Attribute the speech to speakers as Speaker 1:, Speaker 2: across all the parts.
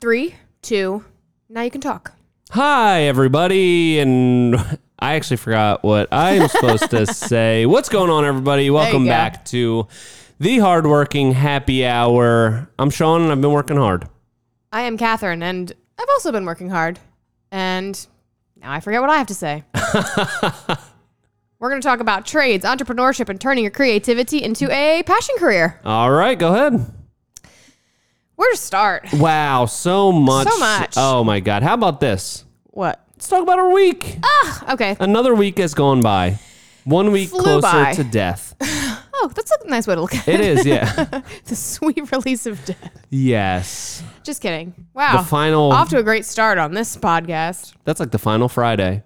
Speaker 1: Three, two, now you can talk.
Speaker 2: Hi, everybody. And I actually forgot what I'm supposed to say. What's going on, everybody? Welcome
Speaker 1: go.
Speaker 2: back to the hardworking happy hour. I'm Sean, and I've been working hard.
Speaker 1: I am Catherine, and I've also been working hard. And now I forget what I have to say. We're going to talk about trades, entrepreneurship, and turning your creativity into a passion career.
Speaker 2: All right, go ahead.
Speaker 1: Where to start?
Speaker 2: Wow, so much.
Speaker 1: So much.
Speaker 2: Oh, my God. How about this?
Speaker 1: What?
Speaker 2: Let's talk about our week.
Speaker 1: Ah. Okay.
Speaker 2: Another week has gone by. One week
Speaker 1: Flew
Speaker 2: closer
Speaker 1: by.
Speaker 2: to death.
Speaker 1: Oh, that's a nice way to look at it.
Speaker 2: It is, yeah.
Speaker 1: The sweet release of death.
Speaker 2: yes.
Speaker 1: Just kidding. Wow.
Speaker 2: The final.
Speaker 1: Oh, Off to a great start on this podcast.
Speaker 2: That's like the final Friday.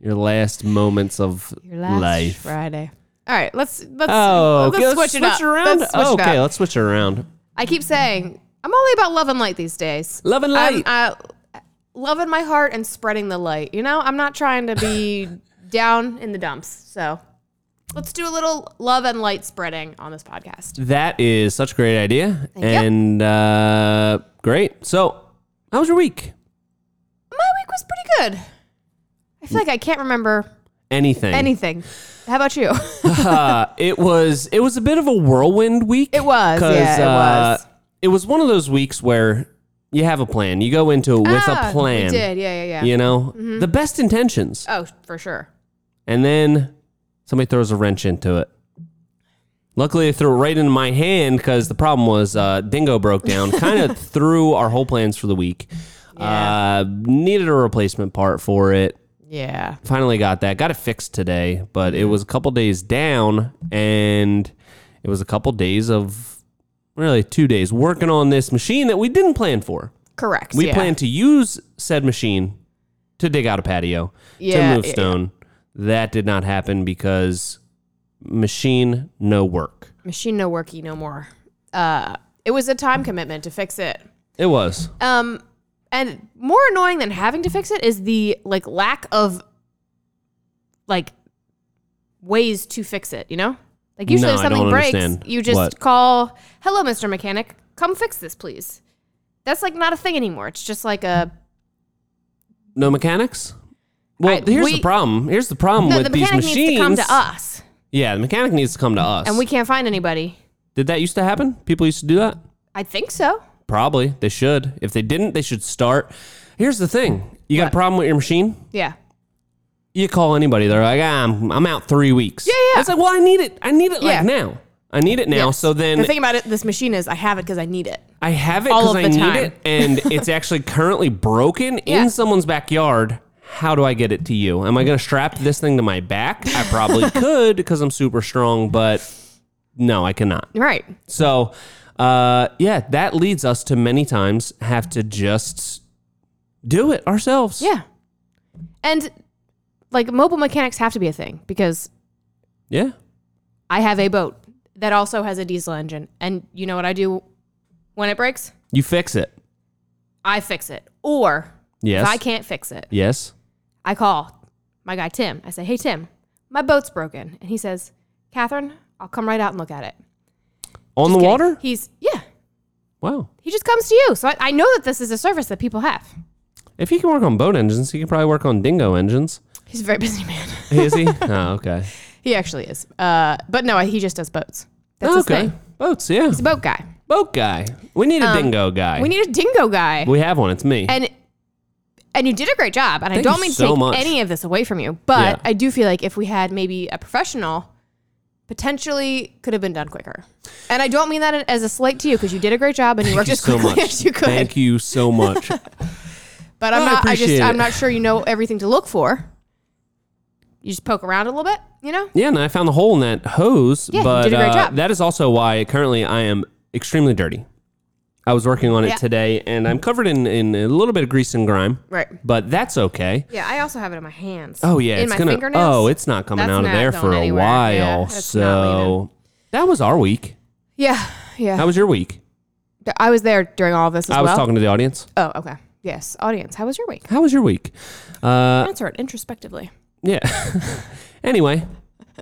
Speaker 2: Your last moments of
Speaker 1: Your last
Speaker 2: life.
Speaker 1: Friday. All right, let's let's
Speaker 2: Oh,
Speaker 1: let's,
Speaker 2: okay,
Speaker 1: switch, it up.
Speaker 2: around.
Speaker 1: Let's switch
Speaker 2: Oh,
Speaker 1: it
Speaker 2: okay,
Speaker 1: up.
Speaker 2: let's switch it around.
Speaker 1: I keep saying I'm only about love and light these days.
Speaker 2: Love and
Speaker 1: I'm
Speaker 2: light.
Speaker 1: uh, loving my heart and spreading the light. You know, I'm not trying to be down in the dumps. So let's do a little love and light spreading on this podcast.
Speaker 2: that is such a great idea,
Speaker 1: you.
Speaker 2: and uh, great. So, how was your week?
Speaker 1: My week was pretty good. I feel like I can't remember
Speaker 2: Anything?
Speaker 1: anything. How about you?
Speaker 2: uh, it was it was a bit of a whirlwind week.
Speaker 1: It was,
Speaker 2: 'cause, uh,
Speaker 1: yeah, it was.
Speaker 2: It was one of those weeks where you have a plan. You go into it with
Speaker 1: Ah,
Speaker 2: a plan.
Speaker 1: We did, Mm-hmm. yeah, yeah, yeah.
Speaker 2: You know, the best intentions,
Speaker 1: Oh, for sure.
Speaker 2: and then somebody throws a wrench into it. Luckily, they threw it right into my hand because the problem was uh, Dingo broke down, kind of threw our whole plans for the week. Uh, needed a replacement part for it
Speaker 1: Yeah.
Speaker 2: finally got that. Got it fixed today, but it was a couple days down, and it was a couple days of really two days working on this machine that we didn't plan for.
Speaker 1: Correct.
Speaker 2: We
Speaker 1: yeah.
Speaker 2: planned to use said machine to dig out a patio
Speaker 1: Yeah,
Speaker 2: to move
Speaker 1: yeah,
Speaker 2: stone. That did not happen because machine no work.
Speaker 1: machine no worky no more. Uh, it was a time commitment to fix it.
Speaker 2: It was
Speaker 1: Um, and more annoying than having to fix it is the like lack of like ways to fix it. You know, like usually
Speaker 2: No,
Speaker 1: if
Speaker 2: I
Speaker 1: something
Speaker 2: don't
Speaker 1: breaks,
Speaker 2: understand.
Speaker 1: you just
Speaker 2: What?
Speaker 1: call, "Hello, Mister Mechanic, come fix this, please." That's like not a thing anymore. It's just like a
Speaker 2: no mechanics. Well,
Speaker 1: I-
Speaker 2: here's
Speaker 1: we-
Speaker 2: the problem. Here's the problem
Speaker 1: no.
Speaker 2: Mm, with
Speaker 1: The
Speaker 2: these
Speaker 1: mechanic
Speaker 2: machines.
Speaker 1: needs to come to us,
Speaker 2: Yeah, the mechanic needs to come to us.
Speaker 1: and we can't find anybody.
Speaker 2: did that used to happen? People used to do that.
Speaker 1: I think so.
Speaker 2: Probably. They should. If they didn't, they should start. Here's the thing you got a problem with your machine?
Speaker 1: Yeah.
Speaker 2: You call anybody. They're like, ah, I'm, I'm out three weeks. Yeah,
Speaker 1: yeah.
Speaker 2: It's like, well, I need it. I need it
Speaker 1: Yeah.
Speaker 2: like now. I need it now. So then
Speaker 1: the thing about it, this machine is I have it because I need it.
Speaker 2: I have it
Speaker 1: all
Speaker 2: because
Speaker 1: of
Speaker 2: I
Speaker 1: the
Speaker 2: need
Speaker 1: time.
Speaker 2: it. And it's actually currently broken
Speaker 1: Yeah.
Speaker 2: in someone's backyard. How do I get it to you? Am I going to strap this thing to my back? I probably could because I'm super strong, but no, I cannot.
Speaker 1: Right.
Speaker 2: So, uh, yeah, that leads us to many times have to just do it ourselves.
Speaker 1: Yeah. And like mobile mechanics have to be a thing because
Speaker 2: Yeah.
Speaker 1: I have a boat that also has a diesel engine. And you know what I do when it breaks?
Speaker 2: You fix it.
Speaker 1: I fix it. Or
Speaker 2: Yes.
Speaker 1: if I can't fix it,
Speaker 2: Yes.
Speaker 1: I call my guy Tim. I say, hey, Tim, my boat's broken. And he says, Catherine, I'll come right out and look at it.
Speaker 2: On the
Speaker 1: Kidding.
Speaker 2: water?
Speaker 1: He's, yeah,
Speaker 2: Wow.
Speaker 1: he just comes to you. So I, I know that this is a service that people have.
Speaker 2: If he can work on boat engines, he can probably work on dingo engines.
Speaker 1: He's a very busy man.
Speaker 2: Is he? oh, okay.
Speaker 1: he actually is. Uh, but no, he just does boats. That's his
Speaker 2: okay.
Speaker 1: thing.
Speaker 2: Boats, yeah.
Speaker 1: He's a boat guy.
Speaker 2: Boat guy. We need a dingo guy.
Speaker 1: We need a dingo guy.
Speaker 2: We have one. It's me.
Speaker 1: and and you did a great job. And
Speaker 2: Thank
Speaker 1: I
Speaker 2: you
Speaker 1: don't mean to
Speaker 2: so
Speaker 1: take
Speaker 2: much.
Speaker 1: any of this away from you, but
Speaker 2: Yeah.
Speaker 1: I do feel like if we had maybe a professional, potentially could have been done quicker. And I don't mean that as a slight to you because you did a great job and you worked
Speaker 2: Thank you
Speaker 1: as
Speaker 2: so
Speaker 1: quickly
Speaker 2: much.
Speaker 1: as you could.
Speaker 2: Thank you so much.
Speaker 1: But I'm
Speaker 2: I
Speaker 1: not. I just.
Speaker 2: appreciate it.
Speaker 1: I'm not sure you know everything to look for. You just poke around a little bit, you know.
Speaker 2: yeah, and I found the hole in that hose,
Speaker 1: Yeah, you
Speaker 2: but
Speaker 1: did a great
Speaker 2: uh,
Speaker 1: job.
Speaker 2: that is also why currently I am extremely dirty. I was working on it
Speaker 1: Yeah.
Speaker 2: today, and I'm covered in, in a little bit of grease and grime.
Speaker 1: Right.
Speaker 2: But that's okay.
Speaker 1: Yeah, I also have it in my hands.
Speaker 2: Oh yeah,
Speaker 1: in
Speaker 2: it's
Speaker 1: my
Speaker 2: gonna.
Speaker 1: fingernails.
Speaker 2: Oh, it's not coming
Speaker 1: That's
Speaker 2: out of
Speaker 1: not
Speaker 2: there
Speaker 1: going
Speaker 2: for a
Speaker 1: anywhere.
Speaker 2: while.
Speaker 1: Yeah, that's not
Speaker 2: so that was our week.
Speaker 1: yeah, yeah.
Speaker 2: How was your week?
Speaker 1: I was there during all of this as
Speaker 2: I was
Speaker 1: well.
Speaker 2: talking to the audience.
Speaker 1: oh, okay. Yes, audience. How was your week?
Speaker 2: How was your week? Uh,
Speaker 1: Answer it introspectively.
Speaker 2: yeah. anyway,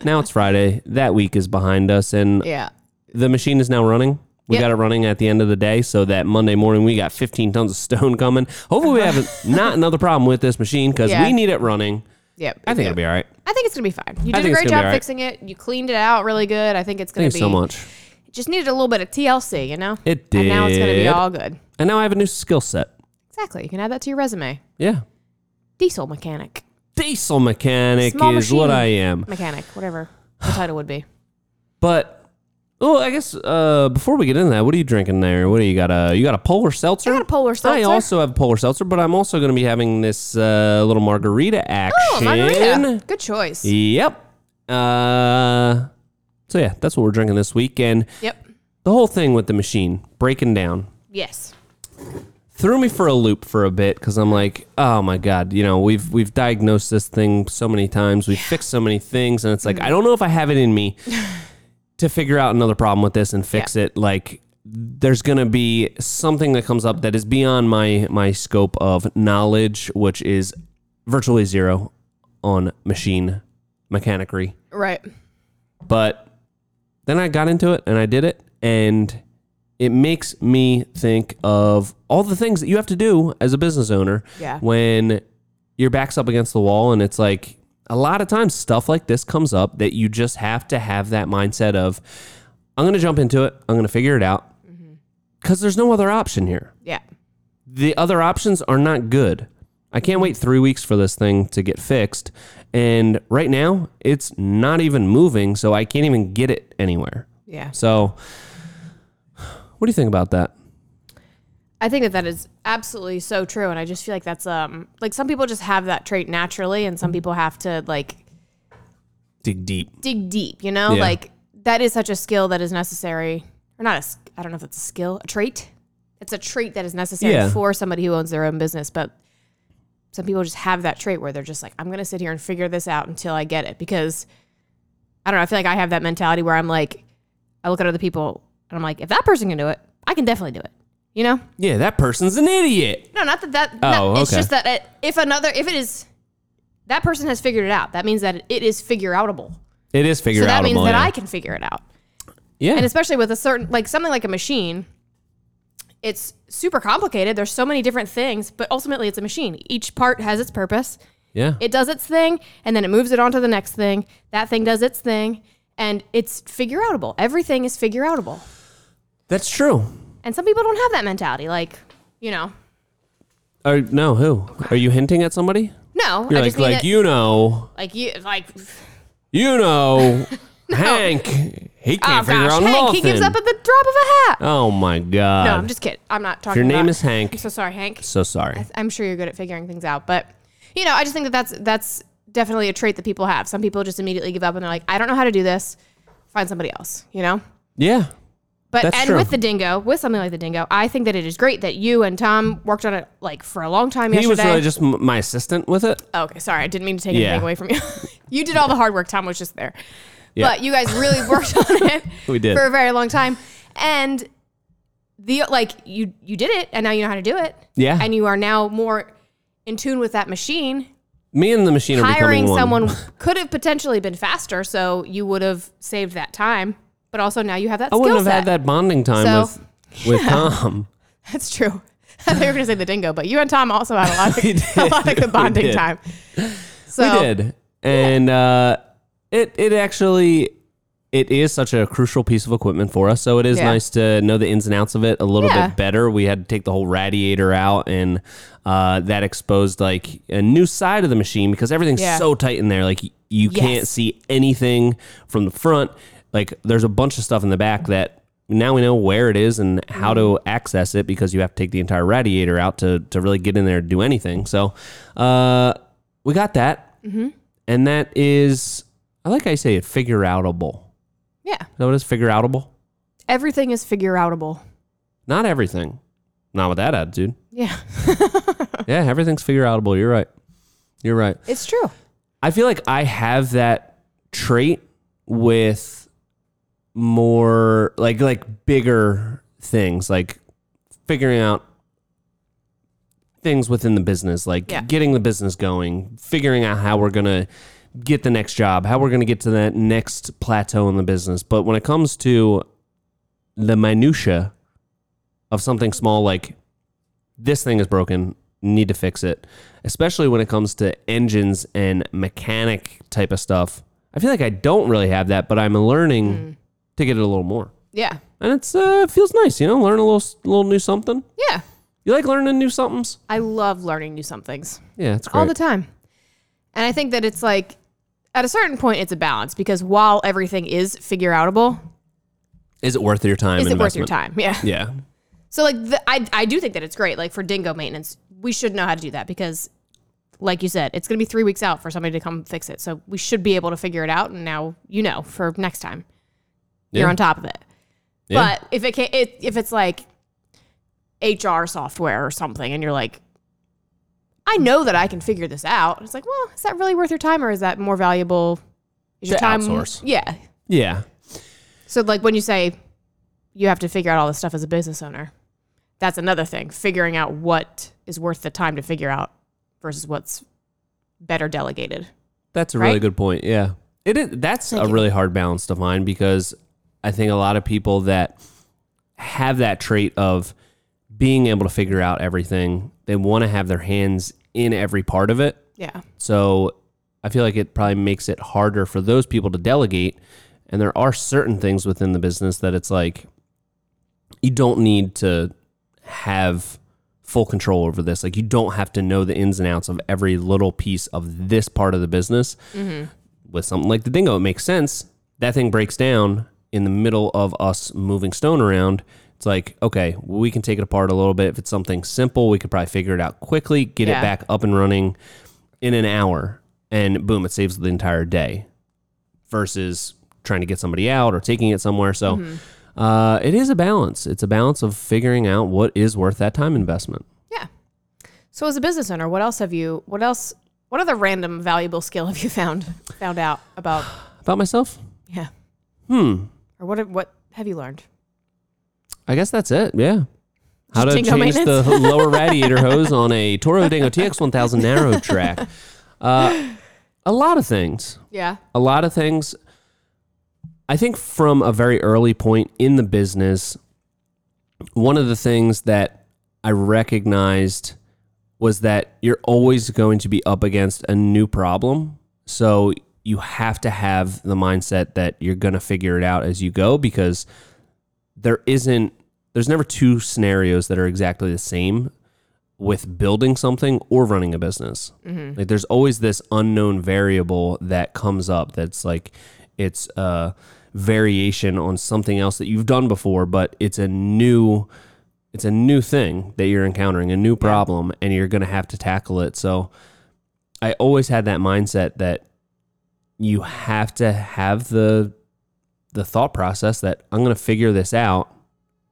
Speaker 2: now it's Friday. That week is behind us, and
Speaker 1: Yeah.
Speaker 2: the machine is now running. We
Speaker 1: Yep.
Speaker 2: got it running at the end of the day so that Monday morning we got 15 tons of stone coming. Hopefully, we have not another problem with this machine because
Speaker 1: Yeah.
Speaker 2: we need it running.
Speaker 1: Yep.
Speaker 2: I think it'll be all right.
Speaker 1: I think it's gonna be fine. You did
Speaker 2: I think
Speaker 1: a
Speaker 2: it's
Speaker 1: great
Speaker 2: gonna be
Speaker 1: job
Speaker 2: all right.
Speaker 1: fixing it. You cleaned it out really good. I think it's gonna
Speaker 2: Thanks
Speaker 1: be
Speaker 2: so much.
Speaker 1: it Just needed a little bit of TLC, you know.
Speaker 2: It
Speaker 1: And now it's gonna be
Speaker 2: did.
Speaker 1: all good.
Speaker 2: And now I have a new skill set.
Speaker 1: Exactly. You can add that to your resume.
Speaker 2: Yeah.
Speaker 1: Diesel mechanic,
Speaker 2: Diesel mechanic
Speaker 1: Small
Speaker 2: is what
Speaker 1: machine.
Speaker 2: I am.
Speaker 1: mechanic, whatever the title would be.
Speaker 2: But oh, I guess uh, before we get into that, what are you drinking there? What do you got? A you got a polar seltzer?
Speaker 1: I got a polar
Speaker 2: I
Speaker 1: seltzer.
Speaker 2: also have a polar seltzer, but I'm also going to be having this uh, little margarita action.
Speaker 1: Oh, margarita. Good choice.
Speaker 2: Yep. Uh, so yeah, that's what we're drinking this week, and
Speaker 1: Yep.
Speaker 2: the whole thing with the machine breaking down
Speaker 1: Yes.
Speaker 2: threw me for a loop for a bit because I'm like, oh my god, you know, we've we've diagnosed this thing so many times, we've fixed so many things, and it's like I don't know if I have it in me to figure out another problem with this and fix it. Like, there's gonna be something that comes up that is beyond my my scope of knowledge, which is virtually zero on machine mechanicry,
Speaker 1: Right.
Speaker 2: but then I got into it and I did it and it makes me think of all the things that you have to do as a business owner
Speaker 1: Yeah.
Speaker 2: when your back's up against the wall and it's like a lot of times stuff like this comes up that you just have to have that mindset of I'm going to jump into it, I'm going to figure it out. Cuz there's no other option here.
Speaker 1: Yeah.
Speaker 2: The other options are not good. I can't wait 3 weeks for this thing to get fixed and right now it's not even moving so I can't even get it anywhere.
Speaker 1: Yeah.
Speaker 2: So, what do you think about that?
Speaker 1: I think that that is absolutely so true, and I just feel like that's um like some people just have that trait naturally, and
Speaker 2: Mm-hmm.
Speaker 1: some people have to like
Speaker 2: Dig deep.
Speaker 1: dig deep. You know,
Speaker 2: Yeah.
Speaker 1: like that is such a skill that is necessary, or not a s- I don't know if it's a skill, a trait. It's a trait that is necessary
Speaker 2: Yeah.
Speaker 1: for somebody who owns their own business, but some people just have that trait where they're just like, I'm gonna sit here and figure this out until I get it because I don't know. I feel like I have that mentality where I'm like, I look at other people and I'm like, if that person can do it, I can definitely do it. You know.
Speaker 2: Yeah, that person's an idiot.
Speaker 1: No, not that that.
Speaker 2: Oh,
Speaker 1: not- It's
Speaker 2: okay.
Speaker 1: just that it, if another, if it is, that person has figured it out. That means that it is figure outable.
Speaker 2: It is figure
Speaker 1: So that
Speaker 2: outable,
Speaker 1: means that
Speaker 2: yeah.
Speaker 1: I can figure it out.
Speaker 2: yeah.
Speaker 1: And especially with a certain, like something like a machine, it's super complicated. There's so many different things, but ultimately it's a machine. Each part has its purpose.
Speaker 2: yeah.
Speaker 1: It does its thing, and then it moves it on to the next thing. That thing does its thing, and it's figure outable. Everything is figure outable.
Speaker 2: That's true.
Speaker 1: And some people don't have that mentality. Like, you know,
Speaker 2: Or no, who? Are you hinting at somebody?
Speaker 1: no,
Speaker 2: You're
Speaker 1: I
Speaker 2: like
Speaker 1: just mean
Speaker 2: like
Speaker 1: that-
Speaker 2: you know,
Speaker 1: like you, like
Speaker 2: you know Hank. He can't
Speaker 1: Oh
Speaker 2: figure
Speaker 1: gosh,
Speaker 2: out
Speaker 1: Hank,
Speaker 2: nothing.
Speaker 1: he gives up at the drop of a hat.
Speaker 2: oh my god.
Speaker 1: No, I'm just kidding. I'm not talking.
Speaker 2: Your name
Speaker 1: about-
Speaker 2: is Hank.
Speaker 1: I'm so sorry, Hank.
Speaker 2: so sorry.
Speaker 1: I'm sure you're good at figuring things out, but you know, I just think that that's that's definitely a trait that people have. Some people just immediately give up and they're like, I don't know how to do this. Find somebody else. You know.
Speaker 2: Yeah.
Speaker 1: But
Speaker 2: That's
Speaker 1: and
Speaker 2: true.
Speaker 1: with the dingo, with something like the dingo, I think that it is great that you and Tom worked on it like for a long time
Speaker 2: He was
Speaker 1: yesterday.
Speaker 2: really just m- my assistant with it.
Speaker 1: Oh, okay, sorry, I didn't mean to take
Speaker 2: Yeah.
Speaker 1: anything away from you. you did all the hard work. Tom was just there,
Speaker 2: Yeah.
Speaker 1: but you guys really worked on it.
Speaker 2: We did.
Speaker 1: for a very long time, and the like you you did it, and now you know how to do it.
Speaker 2: Yeah.
Speaker 1: and you are now more in tune with that machine.
Speaker 2: Me and the machine are
Speaker 1: Hiring
Speaker 2: becoming one.
Speaker 1: someone could have potentially been faster, so you would have saved that time. But also now you have that
Speaker 2: I
Speaker 1: skill
Speaker 2: wouldn't have
Speaker 1: set.
Speaker 2: had that bonding time
Speaker 1: So-
Speaker 2: with with Tom.
Speaker 1: That's true. I thought you were going to say the dingo, but you and Tom also had a lot of,
Speaker 2: We
Speaker 1: a
Speaker 2: did.
Speaker 1: lot of
Speaker 2: We
Speaker 1: good bonding
Speaker 2: did.
Speaker 1: time. So
Speaker 2: We did, and uh, it it actually it is such a crucial piece of equipment for us. So it is
Speaker 1: Yeah.
Speaker 2: nice to know the ins and outs of it a little
Speaker 1: Yeah.
Speaker 2: bit better. We had to take the whole radiator out, and uh, that exposed like a new side of the machine because everything's
Speaker 1: Yeah.
Speaker 2: so tight in there. Like y- you
Speaker 1: Yes.
Speaker 2: can't see anything from the front. Like there's a bunch of stuff in the back that. Now we know where it is and how to
Speaker 1: Mm-hmm.
Speaker 2: access it because you have to take the entire radiator out to, to really get in there to do anything. So uh, we got that
Speaker 1: Mm-hmm.
Speaker 2: and that is I like I say it figure outable.
Speaker 1: yeah,
Speaker 2: Is that what it is? Figure outable?
Speaker 1: everything is figure outable.
Speaker 2: Not everything. Not with that attitude.
Speaker 1: Yeah,
Speaker 2: yeah, everything's figure outable. You're right. You're right.
Speaker 1: it's true.
Speaker 2: I feel like I have that trait with more like like bigger things, like figuring out things within the business, like
Speaker 1: Yeah.
Speaker 2: getting the business going, figuring out how we're gonna get the next job, how we're gonna get to that next plateau in the business. But when it comes to the minutia of something small like this thing is broken, need to fix it, especially when it comes to engines and mechanic type of stuff. I feel like I don't really have that, but I'm learning
Speaker 1: Hmm.
Speaker 2: to get it a little more.
Speaker 1: Yeah.
Speaker 2: And it's uh, it feels nice, you know, learn a little little new something.
Speaker 1: Yeah.
Speaker 2: You like learning new somethings?
Speaker 1: I love learning new somethings
Speaker 2: Yeah, it's great.
Speaker 1: all the time. And I think that it's like at a certain point it's a balance because while everything is figure outable,
Speaker 2: is it worth your time?
Speaker 1: is it worth your
Speaker 2: investment?
Speaker 1: time? Yeah.
Speaker 2: Yeah.
Speaker 1: So like the, I I do think that it's great like for dingo maintenance. We should know how to do that because like you said, it's going to be 3 weeks out for somebody to come fix it. So we should be able to figure it out and now you know for next time.
Speaker 2: Yeah.
Speaker 1: You're on top of it.
Speaker 2: Yeah.
Speaker 1: But if it can it, if it's like HR software or something and you're like I know that I can figure this out. It's like, well, is that really worth your time or is that more valuable? Is your
Speaker 2: To
Speaker 1: time
Speaker 2: outsource.
Speaker 1: Yeah.
Speaker 2: Yeah.
Speaker 1: So like when you say you have to figure out all this stuff as a business owner, that's another thing. Figuring out what is worth the time to figure out versus what's better delegated.
Speaker 2: That's a really
Speaker 1: Right?
Speaker 2: good point. Yeah. It is that's a really hard balance to find because I think a lot of people that have that trait of being able to figure out everything, they want to have their hands in every part of it.
Speaker 1: Yeah.
Speaker 2: So I feel like it probably makes it harder for those people to delegate. And there are certain things within the business that it's like you don't need to have full control over this. Like you don't have to know the ins and outs of every little piece of this part of the business. With something like the dingo, it makes sense. That thing breaks down in the middle of us moving stone around. It's like, okay, we can take it apart a little bit. If it's something simple, we could probably figure it out quickly, get
Speaker 1: Yeah.
Speaker 2: it back up and running in an hour and boom, it saves the entire day versus trying to get somebody out or taking it somewhere. So uh, it is a balance. It's a balance of figuring out what is worth that time investment.
Speaker 1: Yeah. So as a business owner, what else have you what else what other random valuable skill have you found found out about?
Speaker 2: About myself?
Speaker 1: Yeah.
Speaker 2: Hmm.
Speaker 1: Or what what have you learned?
Speaker 2: I guess that's it. Yeah. How to
Speaker 1: Just dingo
Speaker 2: change the
Speaker 1: maintenance.
Speaker 2: lower radiator hose on a Toro Dingo TX1000 narrow track. Uh, a lot of things.
Speaker 1: Yeah.
Speaker 2: a lot of things i think from a very early point in the business one of the things that i recognized was that you're always going to be up against a new problem so you have to have the mindset that you're going to figure it out as you go because there isn't there's never two scenarios that are exactly the same with building something or running a business. Like there's always this unknown variable that comes up that's like it's a variation on something else that you've done before, but it's a new it's a new thing that you're encountering, a new problem and you're going to have to tackle it. So I always had that mindset that you have to have the the thought process that I'm going to figure this out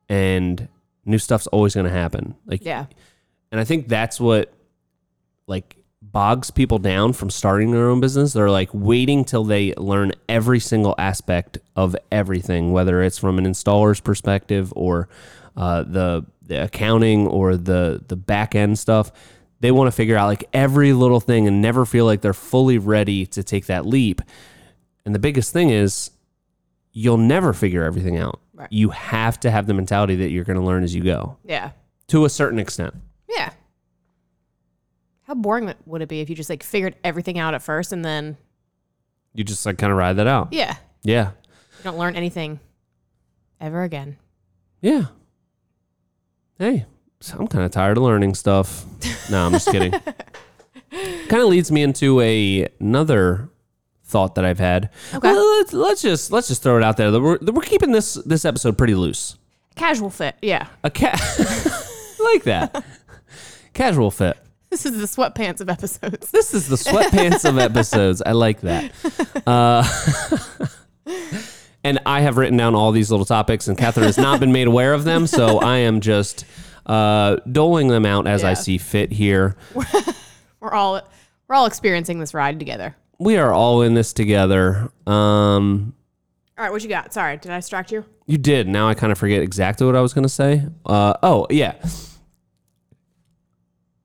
Speaker 2: and new stuff's always going to happen. Like
Speaker 1: Yeah.
Speaker 2: and I think that's what like bogs people down from starting their own business. They're like waiting till they learn every single aspect of everything, whether it's from an installer's perspective or uh, the the accounting or the the back end stuff. They want to figure out like every little thing and never feel like they're fully ready to take that leap. And the biggest thing is you'll never figure everything out.
Speaker 1: Right.
Speaker 2: You have to have the mentality that you're going to learn as you go
Speaker 1: Yeah.
Speaker 2: to a certain extent.
Speaker 1: Yeah. How boring would- would it be if you just like figured everything out at first and then
Speaker 2: you just like kind of ride that out.
Speaker 1: yeah,
Speaker 2: Yeah.
Speaker 1: you don't learn anything ever again.
Speaker 2: Yeah. Hey, so I'm kind of tired of learning stuff. No, I'm just kidding. kind of leads me into a another thought that I've had.
Speaker 1: Okay.
Speaker 2: Well, Let's, let's just let's just throw it out there. that We're, that we're keeping this this episode pretty loose.
Speaker 1: Casual fit. Yeah.
Speaker 2: A cat like that. Casual fit.
Speaker 1: This is the sweatpants of episodes.
Speaker 2: This is the sweatpants of episodes. I like that. Uh, and I have written down all these little topics, and Catherine has not been made aware of them. So I am just uh, doling them out as I
Speaker 1: Yeah.
Speaker 2: see fit here.
Speaker 1: We're all we're all experiencing this ride together.
Speaker 2: We are all in this together. Um,
Speaker 1: All right, what you got? Sorry, did I distract you?
Speaker 2: you did. Now I kind of forget exactly what I was going to say. Uh, oh, yeah.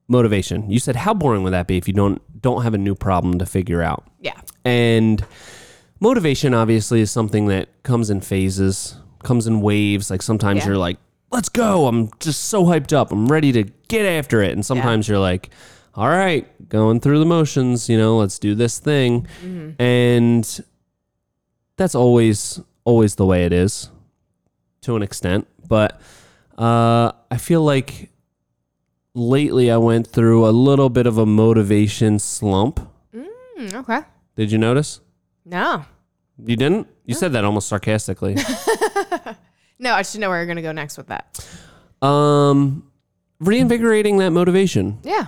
Speaker 2: Motivation. You said, how boring would that be if you don't don't have a new problem to figure out?
Speaker 1: Yeah.
Speaker 2: And motivation obviously is something that comes in phases, comes in waves. Like sometimes
Speaker 1: Yeah.
Speaker 2: you're like, let's go. I'm just so hyped up. I'm ready to get after it. And sometimes you're like, all right, going through the motions, you know, let's do this thing. And that's always always the way it is to an extent, but uh I feel like lately I went through a little bit of a motivation slump.
Speaker 1: Mm, okay.
Speaker 2: Did you notice?
Speaker 1: No.
Speaker 2: You didn't? You said that almost sarcastically.
Speaker 1: No, I should know where you're going to go next with that.
Speaker 2: um reinvigorating that motivation
Speaker 1: Yeah.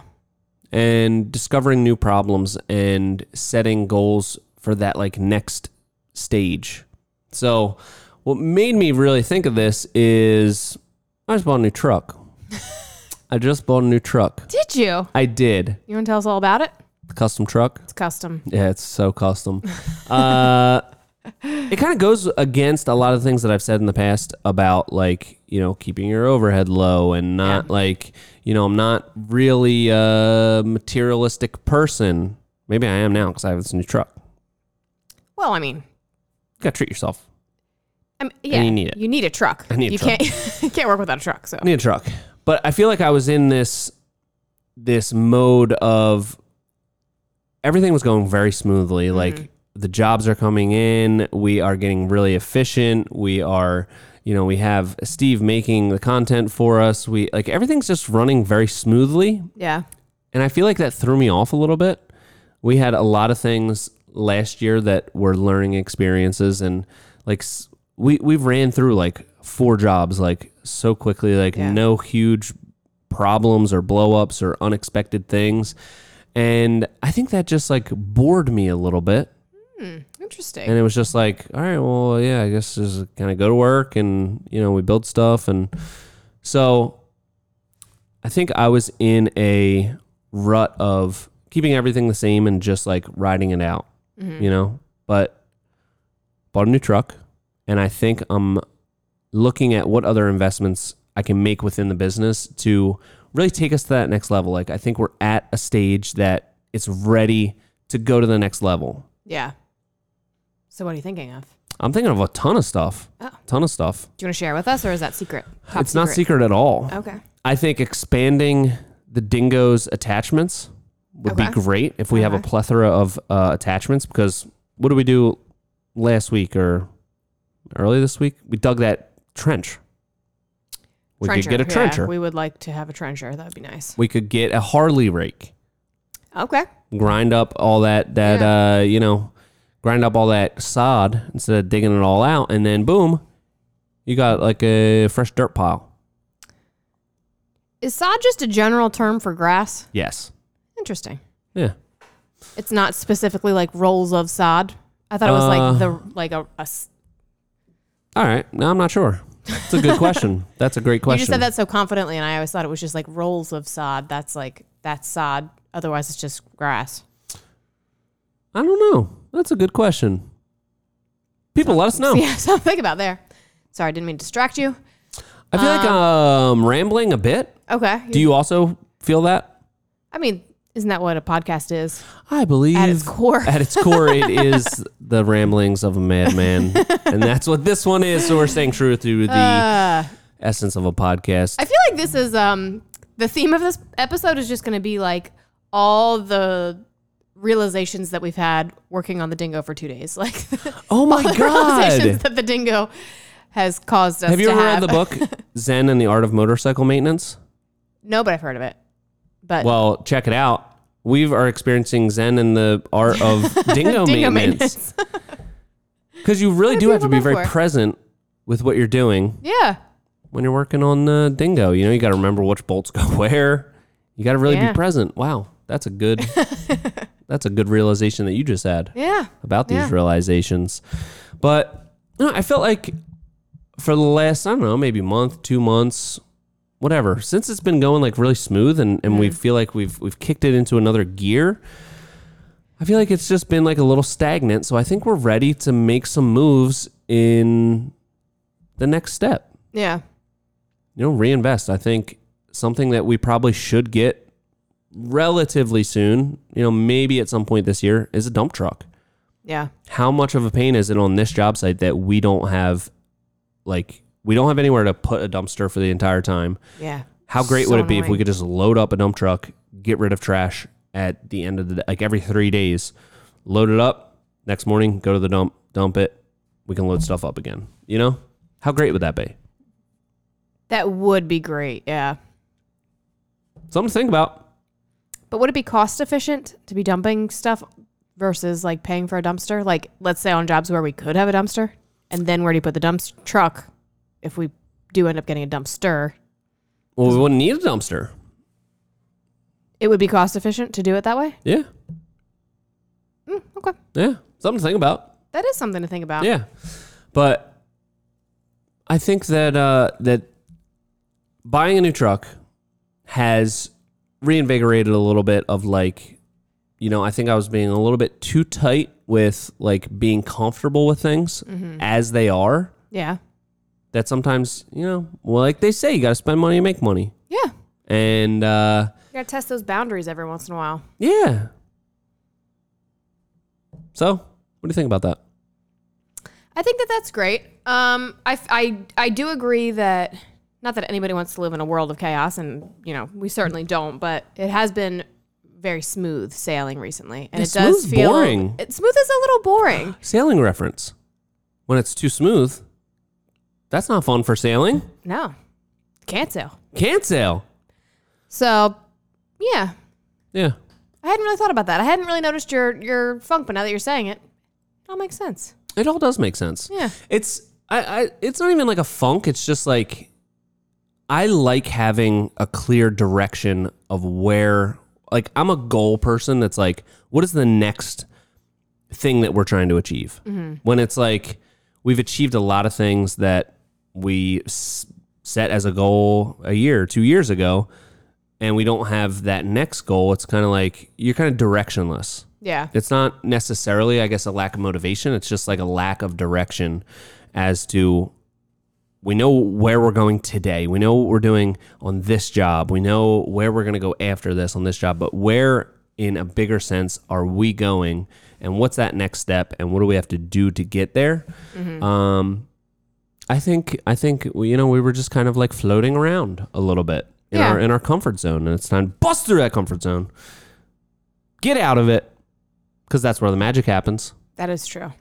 Speaker 2: and discovering new problems and setting goals for that like next stage. So what made me really think of this is I just bought a new truck. I just bought a new truck.
Speaker 1: Did you?
Speaker 2: I did.
Speaker 1: You want to tell us all about it?
Speaker 2: The custom truck.
Speaker 1: It's custom.
Speaker 2: Yeah, it's so custom. uh, it kind of goes against a lot of things that I've said in the past about like you know keeping your overhead low and not like you know I'm not really a materialistic person. Maybe I am now because I have this new truck.
Speaker 1: Well, I mean,
Speaker 2: You gotta treat yourself.
Speaker 1: I mean yeah,
Speaker 2: you need it.
Speaker 1: You need a truck.
Speaker 2: I need a
Speaker 1: you
Speaker 2: truck.
Speaker 1: can't you can't work without a truck. So
Speaker 2: I need a truck, but I feel like I was in this this mode of everything was going very smoothly. Like the jobs are coming in, we are getting really efficient. We are, you know, we have Steve making the content for us. We like everything's just running very smoothly,
Speaker 1: yeah,
Speaker 2: and I feel like that threw me off a little bit. We had a lot of things last year that were learning experiences, and like s- we we ran through like four jobs like so quickly, like
Speaker 1: Yeah.
Speaker 2: no huge problems or blow ups or unexpected things, and I think that just like bored me a little bit.
Speaker 1: interesting.
Speaker 2: And it was just like, all right, well, yeah, I guess just kind of go to work and, you know, we build stuff. And so I think I was in a rut of keeping everything the same and just like riding it out, you know, but bought a new truck. And I think I'm looking at what other investments I can make within the business to really take us to that next level. Like, I think we're at a stage that it's ready to go to the next level.
Speaker 1: yeah. So what are you thinking of?
Speaker 2: I'm thinking of a ton of stuff.
Speaker 1: Oh.
Speaker 2: Ton of stuff.
Speaker 1: Do you want to share with us, or is that secret? Oh. Top
Speaker 2: it's not secret at all.
Speaker 1: Okay.
Speaker 2: I think expanding the dingo's attachments would
Speaker 1: Okay.
Speaker 2: be great if we have a
Speaker 1: Okay.
Speaker 2: plethora of uh, attachments because what did we do last week or early this week? We dug that trench. We
Speaker 1: trencher.
Speaker 2: could get a
Speaker 1: Yeah,
Speaker 2: trencher. we-,
Speaker 1: we would like to have a trencher. That would be nice.
Speaker 2: could get a Harley rake.
Speaker 1: Okay.
Speaker 2: Grind up all that that uh, you know, grind up all that sod instead of digging it all out and then boom, you got like a fresh dirt pile.
Speaker 1: Is sod just a general term for grass?
Speaker 2: Yes.
Speaker 1: Interesting.
Speaker 2: Yeah.
Speaker 1: It's not specifically like rolls of sod. I thought it was like
Speaker 2: Uh,
Speaker 1: the like a, a s-
Speaker 2: All right. No, I'm not sure. It's a good question. That's a great
Speaker 1: you
Speaker 2: question.
Speaker 1: just said that so confidently, and I always thought it was just like rolls of sod. That's like that's sod. Otherwise, it's just grass.
Speaker 2: I don't know. That's a good question. People, let us know.
Speaker 1: Yeah, something about there. Sorry, I didn't mean to distract you.
Speaker 2: I feel like I'm rambling a bit.
Speaker 1: Okay.
Speaker 2: Do you also feel that?
Speaker 1: I mean, isn't that what a podcast is?
Speaker 2: I believe
Speaker 1: At its core.
Speaker 2: at its core, it is the ramblings of a madman, and that's what this one is. So we're staying true to the essence of a podcast.
Speaker 1: Uh, I feel like this is um the theme of this episode is just going to be like all the realizations that we've had working on the dingo for two days, like
Speaker 2: oh my
Speaker 1: the realizations
Speaker 2: god!
Speaker 1: that the dingo has caused us.
Speaker 2: Have you
Speaker 1: to
Speaker 2: ever
Speaker 1: have.
Speaker 2: read the book Zen and the Art of Motorcycle Maintenance?
Speaker 1: No, but I've heard of it. But
Speaker 2: Well, check it out. We are experiencing Zen and the art of dingo,
Speaker 1: dingo
Speaker 2: maintenance
Speaker 1: maintenance.
Speaker 2: because you really do
Speaker 1: do
Speaker 2: have to
Speaker 1: people
Speaker 2: be
Speaker 1: go
Speaker 2: very
Speaker 1: for?
Speaker 2: present with what you're doing
Speaker 1: yeah.
Speaker 2: when you're working on the dingo. You know, you got to remember which bolts go where. You got to really
Speaker 1: Yeah.
Speaker 2: be present. Wow, that's a good that's a good realization that you just had
Speaker 1: Yeah.
Speaker 2: about these
Speaker 1: Yeah.
Speaker 2: realizations. But no, I felt like for the last, I don't know, maybe month, two months, whatever, since it's been going like really smooth and, and we feel like we've we've kicked it into another gear. I feel like it's just been like a little stagnant. So I think we're ready to make some moves in the next step.
Speaker 1: Yeah.
Speaker 2: You know, reinvest. I think something that we probably should get relatively soon, you know, maybe at some point this year, is a dump truck
Speaker 1: Yeah.
Speaker 2: how much of a pain is it on this job site that we don't have like we don't have anywhere to put a dumpster for the entire time.
Speaker 1: Yeah.
Speaker 2: How great would
Speaker 1: So
Speaker 2: it be if we
Speaker 1: annoying.
Speaker 2: could just load up a dump truck, get rid of trash at the end of the day, like every three days, load it up. Next morning, go to the dump, dump it. We can load stuff up again. You know, how great would that be?
Speaker 1: That would be great. Yeah.
Speaker 2: Something to think about.
Speaker 1: But would it be cost efficient to be dumping stuff versus like paying for a dumpster? Like, let's say on jobs where we could have a dumpster, and then where do you put the dump truck if we do end up getting a dumpster?
Speaker 2: Well, we wouldn't need a dumpster.
Speaker 1: It would be cost efficient to do it that way. Mm,
Speaker 2: Yeah,
Speaker 1: Okay,
Speaker 2: yeah, something to think about.
Speaker 1: that is something to think about.
Speaker 2: Yeah, but I think that uh, that buying a new truck has reinvigorated a little bit of like, you know, I think I was being a little bit too tight with like being comfortable with things as they are.
Speaker 1: yeah,
Speaker 2: That sometimes, you know, well, like they say, you got to spend money to make money,
Speaker 1: yeah. You
Speaker 2: and uh,
Speaker 1: gotta test those boundaries every once in a while.
Speaker 2: yeah. So, what do you think about that?
Speaker 1: I think that that's great. Um, I, f- I- I do agree that not that anybody wants to live in a world of chaos, and you know we certainly don't, but it has been very smooth sailing recently, and
Speaker 2: Yeah,
Speaker 1: it does
Speaker 2: smooth's
Speaker 1: feel
Speaker 2: boring.
Speaker 1: It, smooth is a little boring.
Speaker 2: Sailing reference. When it's too smooth, that's not fun for sailing.
Speaker 1: No, can't sail.
Speaker 2: Can't sail.
Speaker 1: So yeah,
Speaker 2: Yeah.
Speaker 1: I hadn't really thought about that. I hadn't really noticed your your funk, but now that you're saying it, it all makes sense.
Speaker 2: It all does make sense.
Speaker 1: Yeah.
Speaker 2: It's I, I it's not even like a funk. It's just like I like having a clear direction of where like I'm a goal person that's like, what is the next thing that we're trying to achieve? When it's like we've achieved a lot of things that we s- set as a goal a year, two years ago, and we don't have that next goal, it's kind of like you're kind of directionless
Speaker 1: Yeah,
Speaker 2: it's not necessarily i guess a lack of motivation it's just like a lack of direction as to we know where we're going today we know what we're doing on this job we know where we're going to go after this on this job but where in a bigger sense are we going and what's that next step and what do we have to do to get there
Speaker 1: Mm-hmm.
Speaker 2: um i think i think we- you know we were just kind of like floating around a little bit in
Speaker 1: Yeah.
Speaker 2: our in our comfort zone and it's time to bust through that comfort zone get out of it because that's where the magic happens.
Speaker 1: that is true.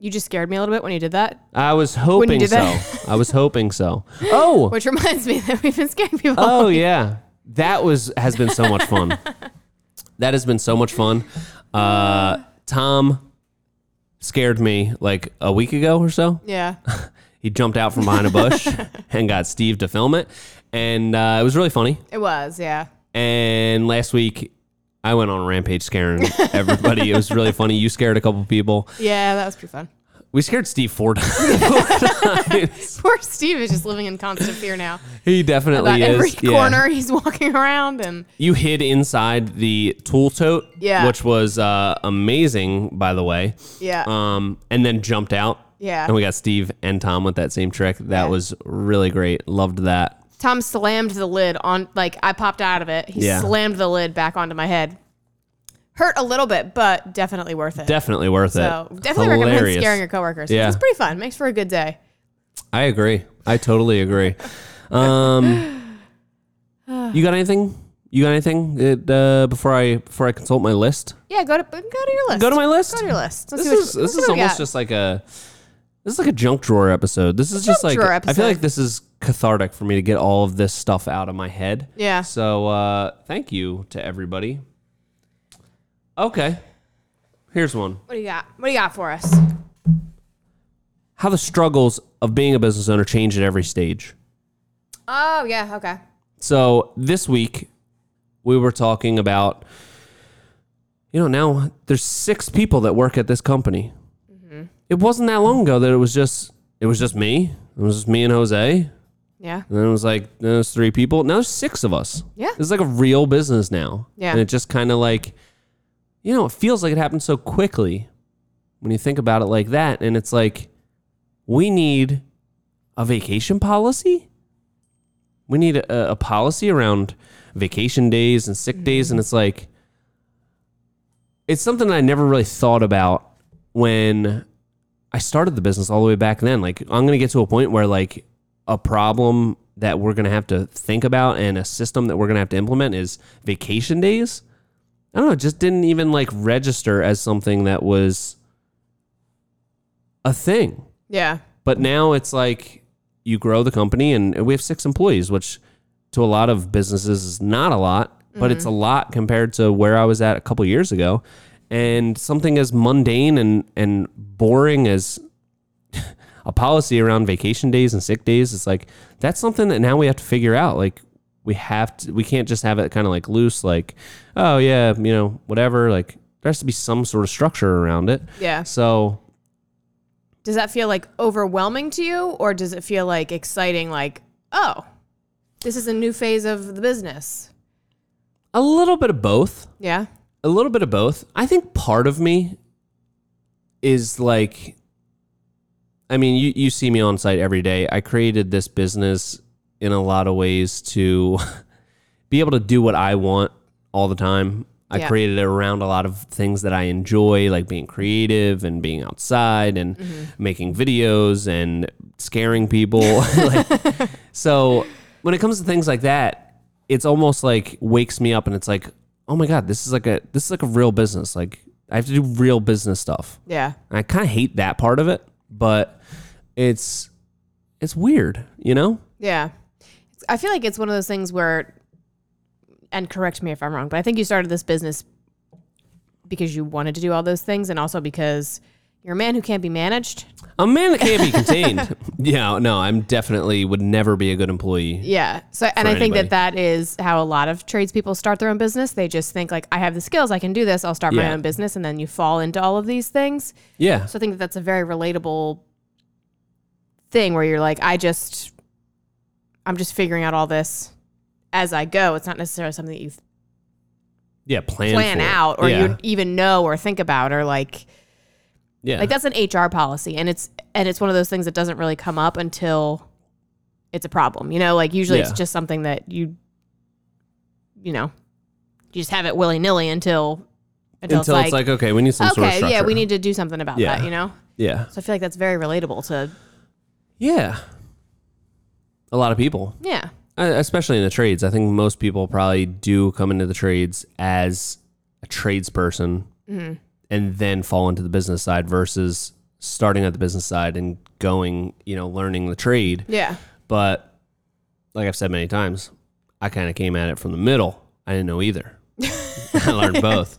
Speaker 1: You just scared me a little bit when you did that,
Speaker 2: I was hoping
Speaker 1: did
Speaker 2: so.
Speaker 1: that-
Speaker 2: I was hoping so. Oh,
Speaker 1: which reminds me that we've been scaring people.
Speaker 2: oh yeah, that was has been so much fun. that has been so much fun. Uh, Tom scared me like a week ago or so.
Speaker 1: Yeah.
Speaker 2: He jumped out from behind a bush and got Steve to film it, and uh, it was really funny.
Speaker 1: It was, yeah.
Speaker 2: And last week. I went on a rampage scaring everybody. it was really funny. You scared a couple people.
Speaker 1: Yeah, that was pretty fun.
Speaker 2: We scared Steve four times.
Speaker 1: Poor Steve is just living in constant fear now.
Speaker 2: He definitely
Speaker 1: About
Speaker 2: is.
Speaker 1: every
Speaker 2: yeah.
Speaker 1: corner he's walking around and
Speaker 2: You hid inside the tool tote,
Speaker 1: Yeah.
Speaker 2: which was uh, amazing, by the way.
Speaker 1: yeah.
Speaker 2: Um, and then jumped out.
Speaker 1: Yeah.
Speaker 2: And we got Steve and Tom with that same trick. That
Speaker 1: Yeah.
Speaker 2: was really great. Loved that.
Speaker 1: Tom slammed the lid on like I popped out of it. He
Speaker 2: Yeah.
Speaker 1: slammed the lid back onto my head. Hurt a little bit, but definitely worth it.
Speaker 2: Definitely worth
Speaker 1: so
Speaker 2: it.
Speaker 1: definitely recommend
Speaker 2: Hilarious.
Speaker 1: scaring your coworkers.
Speaker 2: Yeah.
Speaker 1: It's pretty fun. Makes for a good day.
Speaker 2: I agree. I totally agree. Um, you got anything? You got anything that, uh, before I before I consult my list?
Speaker 1: Yeah, go to go to your list.
Speaker 2: Go to my list.
Speaker 1: Go to your list. Let's
Speaker 2: this
Speaker 1: see what,
Speaker 2: is this
Speaker 1: let's see
Speaker 2: is
Speaker 1: what we
Speaker 2: almost
Speaker 1: got.
Speaker 2: just like a this is like a junk drawer episode. This is just
Speaker 1: junk
Speaker 2: like
Speaker 1: drawer
Speaker 2: I feel
Speaker 1: episode.
Speaker 2: like this is cathartic for me to get all of this stuff out of my head.
Speaker 1: Yeah.
Speaker 2: So uh, thank you to everybody. Okay, here's one:
Speaker 1: What do you got? What do you got for us?
Speaker 2: How the struggles of being a business owner change at every stage.
Speaker 1: Oh yeah, okay.
Speaker 2: So this week we were talking about, you know, now there's six people that work at this company. It wasn't that long ago that it was just it was just me. It was just me and Jose.
Speaker 1: Yeah.
Speaker 2: And then it was like then it was three people. Now there's six of us.
Speaker 1: Yeah.
Speaker 2: It's like a real business now.
Speaker 1: Yeah.
Speaker 2: And it just kind of like, you know, it feels like it happened so quickly when you think about it like that. And it's like, we need a vacation policy. We need a, a policy around vacation days and sick
Speaker 1: Mm-hmm.
Speaker 2: days. And it's like, it's something I never really thought about when I started the business all the way back then. Like I'm going to get to a point where like a problem that we're going to have to think about and a system that we're going to have to implement is vacation days. I don't know, it just didn't even like register as something that was a thing.
Speaker 1: Yeah.
Speaker 2: But now it's like you grow the company and we have six employees, which to a lot of businesses is not a lot, but it's a lot compared to where I was at a couple years ago. And something as mundane and, and boring as a policy around vacation days and sick days, it's like that's something that now we have to figure out. Like we have to we can't just have it kind of like loose, like, oh yeah, you know, whatever. Like there has to be some sort of structure around it.
Speaker 1: Yeah.
Speaker 2: So
Speaker 1: Does that feel like overwhelming to you or does it feel like exciting like, oh, this is a new phase of the business?
Speaker 2: a little bit of both.
Speaker 1: Yeah.
Speaker 2: a little bit of both. I think part of me is like I mean, you you see me on site every day. I created this business in a lot of ways to be able to do what I want all the time. I
Speaker 1: Yeah.
Speaker 2: created it around a lot of things that I enjoy, like being creative and being outside and making videos and scaring people. like, so when it comes to things like that, it's almost like wakes me up and it's like, oh my god, this is like a this is like a real business. Like I have to do real business stuff.
Speaker 1: Yeah.
Speaker 2: And I kind of hate that part of it, but it's it's weird, you know?
Speaker 1: Yeah. I feel like it's one of those things where, and correct me if I'm wrong, but I think you started this business because you wanted to do all those things and also because you're a man who can't be managed.
Speaker 2: A man that can't be contained. yeah, no, I'm definitely would never be a good employee.
Speaker 1: Yeah. So, and I think
Speaker 2: anybody.
Speaker 1: that that is how a lot of tradespeople start their own business. They just think like, I have the skills, I can do this, I'll start my
Speaker 2: Yeah.
Speaker 1: own business, and then you fall into all of these things.
Speaker 2: Yeah.
Speaker 1: So I think that that's a very relatable thing where you're like, I just, I'm just figuring out all this as I go. It's not necessarily something that you
Speaker 2: Yeah, plan
Speaker 1: plan
Speaker 2: for it.
Speaker 1: out or
Speaker 2: yeah.
Speaker 1: you even know or think about or like
Speaker 2: yeah.
Speaker 1: like that's an HR policy and it's and it's one of those things that doesn't really come up until it's a problem. You know, like usually
Speaker 2: Yeah.
Speaker 1: it's just something that you you know, you just have it willy-nilly until until,
Speaker 2: until it's like, okay, we need some sort of
Speaker 1: okay,
Speaker 2: structure.
Speaker 1: yeah, we need to do something about
Speaker 2: Yeah.
Speaker 1: that, you know?
Speaker 2: Yeah.
Speaker 1: So I feel like that's very relatable to
Speaker 2: Yeah. A lot of people.
Speaker 1: yeah.
Speaker 2: Uh, especially in the trades. I think most people probably do come into the trades as a tradesperson and then fall into the business side versus starting at the business side and going, you know, learning the trade.
Speaker 1: Yeah.
Speaker 2: But like I've said many times, I kind of came at it from the middle. I didn't know either. I learned both.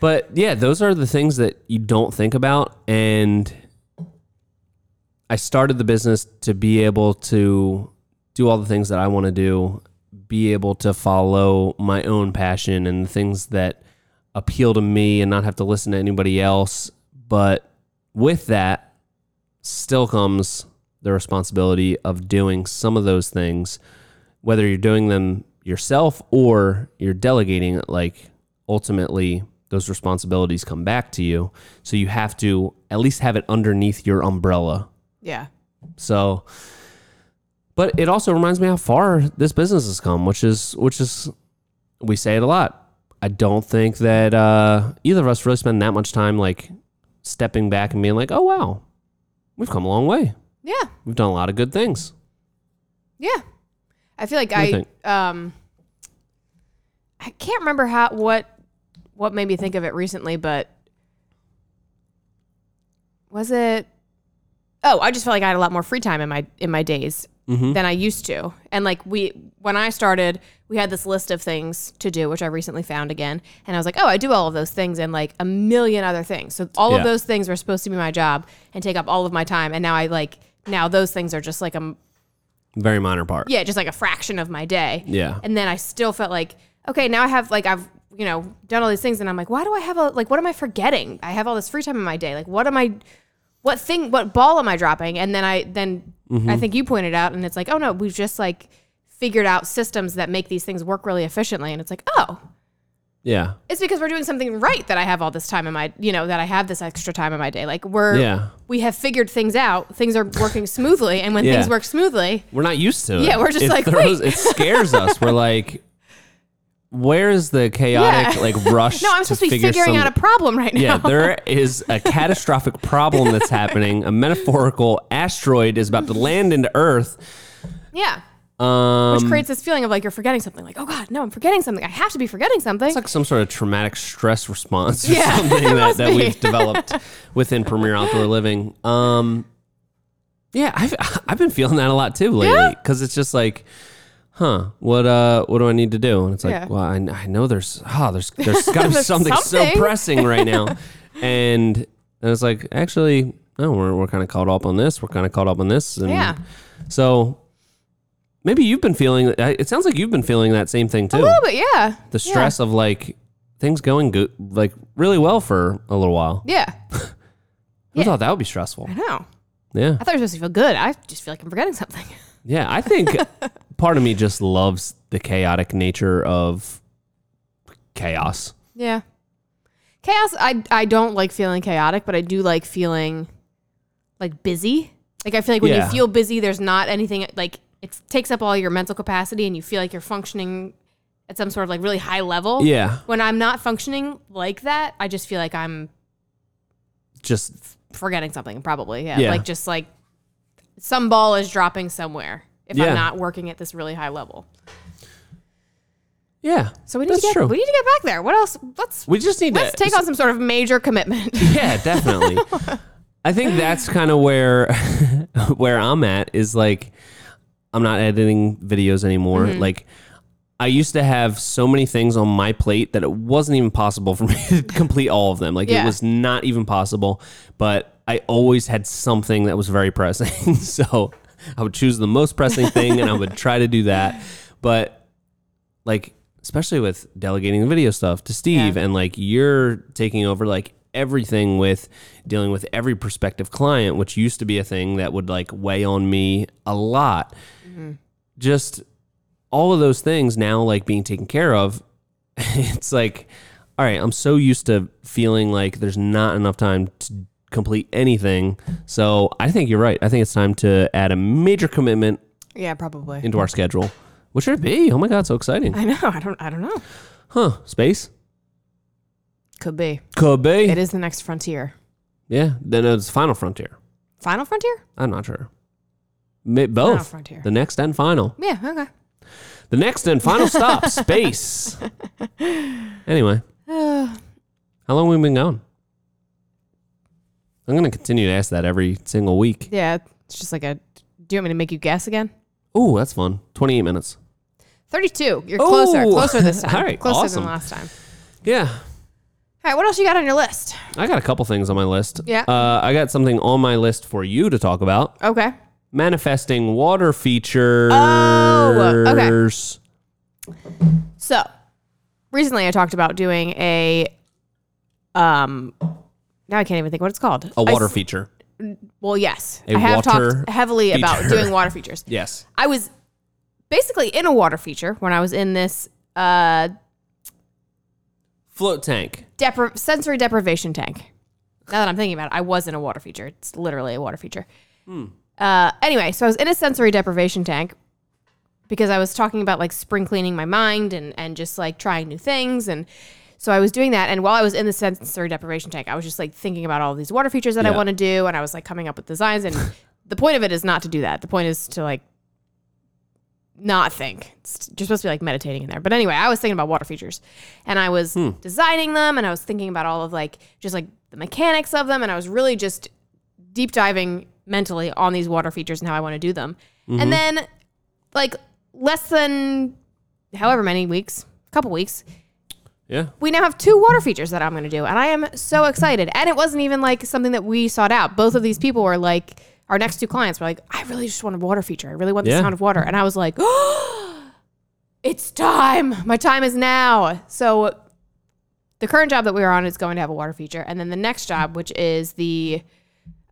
Speaker 2: But yeah, those are the things that you don't think about. And I started the business to be able to do all the things that I want to do, be able to follow my own passion and the things that appeal to me and not have to listen to anybody else. But with that, still comes the responsibility of doing some of those things, whether you're doing them yourself or you're delegating it. Like ultimately, those responsibilities come back to you. So you have to at least have it underneath your umbrella.
Speaker 1: Yeah.
Speaker 2: So, but it also reminds me how far this business has come, which is, which is, we say it a lot. I don't think that uh, either of us really spend that much time like stepping back and being like, oh, wow, we've come a long way
Speaker 1: Yeah.
Speaker 2: we've done a lot of good things.
Speaker 1: Yeah. I feel like
Speaker 2: do
Speaker 1: I
Speaker 2: you think?
Speaker 1: um I can't remember how what what made me think of it recently, but was it Oh, I just felt like I had a lot more free time in my in my days
Speaker 2: Mm-hmm.
Speaker 1: than I used to. And like we when I started, we had this list of things to do, which I recently found again, and I was like, "Oh, I do all of those things and like a million other things." So all
Speaker 2: Yeah.
Speaker 1: of those things were supposed to be my job and take up all of my time, and now I like now those things are just like a
Speaker 2: Very minor part.
Speaker 1: yeah, just like a fraction of my day.
Speaker 2: Yeah.
Speaker 1: And then I still felt like, okay, now I have like I've you know done all these things, and I'm like, why do I have a like? What am I forgetting? I have all this free time in my day. Like, what am I? What thing? What ball am I dropping? And then I then
Speaker 2: Mm-hmm.
Speaker 1: I think you pointed out, and it's like, oh no, we've just like figured out systems that make these things work really efficiently, and it's like, oh.
Speaker 2: Yeah.
Speaker 1: It's because we're doing something right that I have all this time in my, you know, that I have this extra time in my day. Like we're,
Speaker 2: Yeah.
Speaker 1: we have figured things out. Things are working smoothly, and when
Speaker 2: Yeah.
Speaker 1: things work smoothly,
Speaker 2: We're not used to it.
Speaker 1: Yeah, we're just
Speaker 2: It
Speaker 1: like,
Speaker 2: throws- it scares us. We're like, where's the chaotic
Speaker 1: Yeah.
Speaker 2: like rush?
Speaker 1: No, I'm supposed to be
Speaker 2: figure
Speaker 1: figuring
Speaker 2: some-
Speaker 1: out a problem right now.
Speaker 2: Yeah, there is a catastrophic problem that's happening. A metaphorical asteroid is about to land into Earth.
Speaker 1: Yeah.
Speaker 2: Um,
Speaker 1: Which creates this feeling of like you're forgetting something. Like, oh God, no, I'm forgetting something. I have to be forgetting something.
Speaker 2: It's like some sort of traumatic stress response or
Speaker 1: Yeah,
Speaker 2: something
Speaker 1: it
Speaker 2: that,
Speaker 1: must
Speaker 2: that
Speaker 1: be.
Speaker 2: we've developed within Premier Outdoor Living. Um, yeah, I've I've been feeling that a lot too lately because it's just like, huh, what uh, what do I need to do? And it's like,
Speaker 1: Yeah.
Speaker 2: well, I, I know there's ah, there's there's got to be
Speaker 1: There's
Speaker 2: something, so
Speaker 1: something.
Speaker 2: pressing right now, and and it's like actually, no, we're we're kind of caught up on this, we're kind of caught up on this, and
Speaker 1: Yeah.
Speaker 2: so. Maybe you've been feeling. It sounds like you've been feeling that same thing too
Speaker 1: a little bit, yeah.
Speaker 2: the stress of like things going good, like really well for a little while.
Speaker 1: Yeah.
Speaker 2: Who
Speaker 1: Yeah.
Speaker 2: thought that would be stressful?
Speaker 1: I know.
Speaker 2: Yeah,
Speaker 1: I thought it was supposed to feel good. I just feel like I'm forgetting something.
Speaker 2: yeah. I think part of me just loves the chaotic nature of chaos.
Speaker 1: Yeah. Chaos I I don't like feeling chaotic, but I do like feeling like busy. Like I feel like when
Speaker 2: Yeah.
Speaker 1: you feel busy, there's not anything like it takes up all your mental capacity and you feel like you're functioning at some sort of like really high level.
Speaker 2: Yeah,
Speaker 1: When I'm not functioning like that, I just feel like I'm
Speaker 2: just
Speaker 1: forgetting something probably. Yeah.
Speaker 2: Yeah.
Speaker 1: Like just like some ball is dropping somewhere if
Speaker 2: Yeah.
Speaker 1: I'm not working at this really high level.
Speaker 2: yeah.
Speaker 1: So we need
Speaker 2: That's
Speaker 1: to get
Speaker 2: true.
Speaker 1: we need to get back there. What else? Let's
Speaker 2: We just need
Speaker 1: let's
Speaker 2: to
Speaker 1: take on some sort of major commitment.
Speaker 2: Yeah, definitely. I think that's kind of where where I'm at is like I'm not editing videos anymore. Like I used to have so many things on my plate that it wasn't even possible for me to complete all of them. Like it
Speaker 1: Yeah.
Speaker 2: was not even possible, but I always had something that was very pressing. so I would choose the most pressing thing and I would try to do that. But like especially with delegating the video stuff to Steve and like you're taking over like everything with dealing with every prospective client which used to be a thing that would like weigh on me a lot just all of those things now like being taken care of it's like all right i'm so used to feeling like there's not enough time to complete anything so i think you're right i think it's time to add a major commitment
Speaker 1: yeah, probably.
Speaker 2: into our schedule what should it be oh my god so exciting
Speaker 1: I know. I don't. I don't know.
Speaker 2: Huh, space?
Speaker 1: Could be.
Speaker 2: Could be.
Speaker 1: It is the next frontier.
Speaker 2: Yeah, then it's Final Frontier.
Speaker 1: Final frontier.
Speaker 2: I'm not sure. Ma- Both.
Speaker 1: Final Frontier.
Speaker 2: Oh, The next and final.
Speaker 1: Yeah. Okay.
Speaker 2: The next and final stop, space. Anyway,
Speaker 1: Uh,
Speaker 2: how long have we been going? I'm going to continue to ask that every single week.
Speaker 1: yeah. It's just like a. Do you want me to make you guess again?
Speaker 2: Oh, that's fun. 28 minutes.
Speaker 1: Thirty-two. You're closer.
Speaker 2: Ooh.
Speaker 1: Closer this time.
Speaker 2: Oh. All right,
Speaker 1: Closer
Speaker 2: awesome.
Speaker 1: than last time.
Speaker 2: Yeah,
Speaker 1: All right. What else you got on your list?
Speaker 2: I got a couple things on my list.
Speaker 1: Yeah.
Speaker 2: Uh, I got something on my list for you to talk about
Speaker 1: Okay.
Speaker 2: manifesting water features.
Speaker 1: Oh, So, recently I talked about doing a. Um. Now I can't even think what it's called.
Speaker 2: A
Speaker 1: I
Speaker 2: water
Speaker 1: s-
Speaker 2: feature.
Speaker 1: well, yes.
Speaker 2: A
Speaker 1: I have
Speaker 2: water
Speaker 1: talked heavily about
Speaker 2: feature.
Speaker 1: doing water features.
Speaker 2: Yes.
Speaker 1: I was basically in a water feature when I was in this uh,
Speaker 2: Float tank.
Speaker 1: depri- sensory deprivation tank. Now that I'm thinking about it, I was in a water feature. It's literally a water feature. Uh, anyway, so I was in a sensory deprivation tank because I was talking about like spring cleaning my mind and and just like trying new things and. So I was doing that, and while I was in the sensory deprivation tank, I was just like thinking about all these water features that I
Speaker 2: Yeah.
Speaker 1: want to do, and I was like coming up with designs. And the point of it is not to do that. The point is to like not think. It's, you're supposed to be like meditating in there. But anyway, I was thinking about water features and I was designing them and I was thinking about all of like just like the mechanics of them. And I was really just deep diving mentally on these water features and how I want to do them. And then, like, less than however many weeks, a couple weeks,
Speaker 2: Yeah.
Speaker 1: we now have two water features that I'm going to do, and I am so excited. And it wasn't even like something that we sought out. Both of these people were like, our next two clients were like, I really just want a water feature. I really want the
Speaker 2: Yeah.
Speaker 1: sound of water. And I was like, oh, it's time. My time is now. So the current job that we are on is going to have a water feature. And then the next job, which is the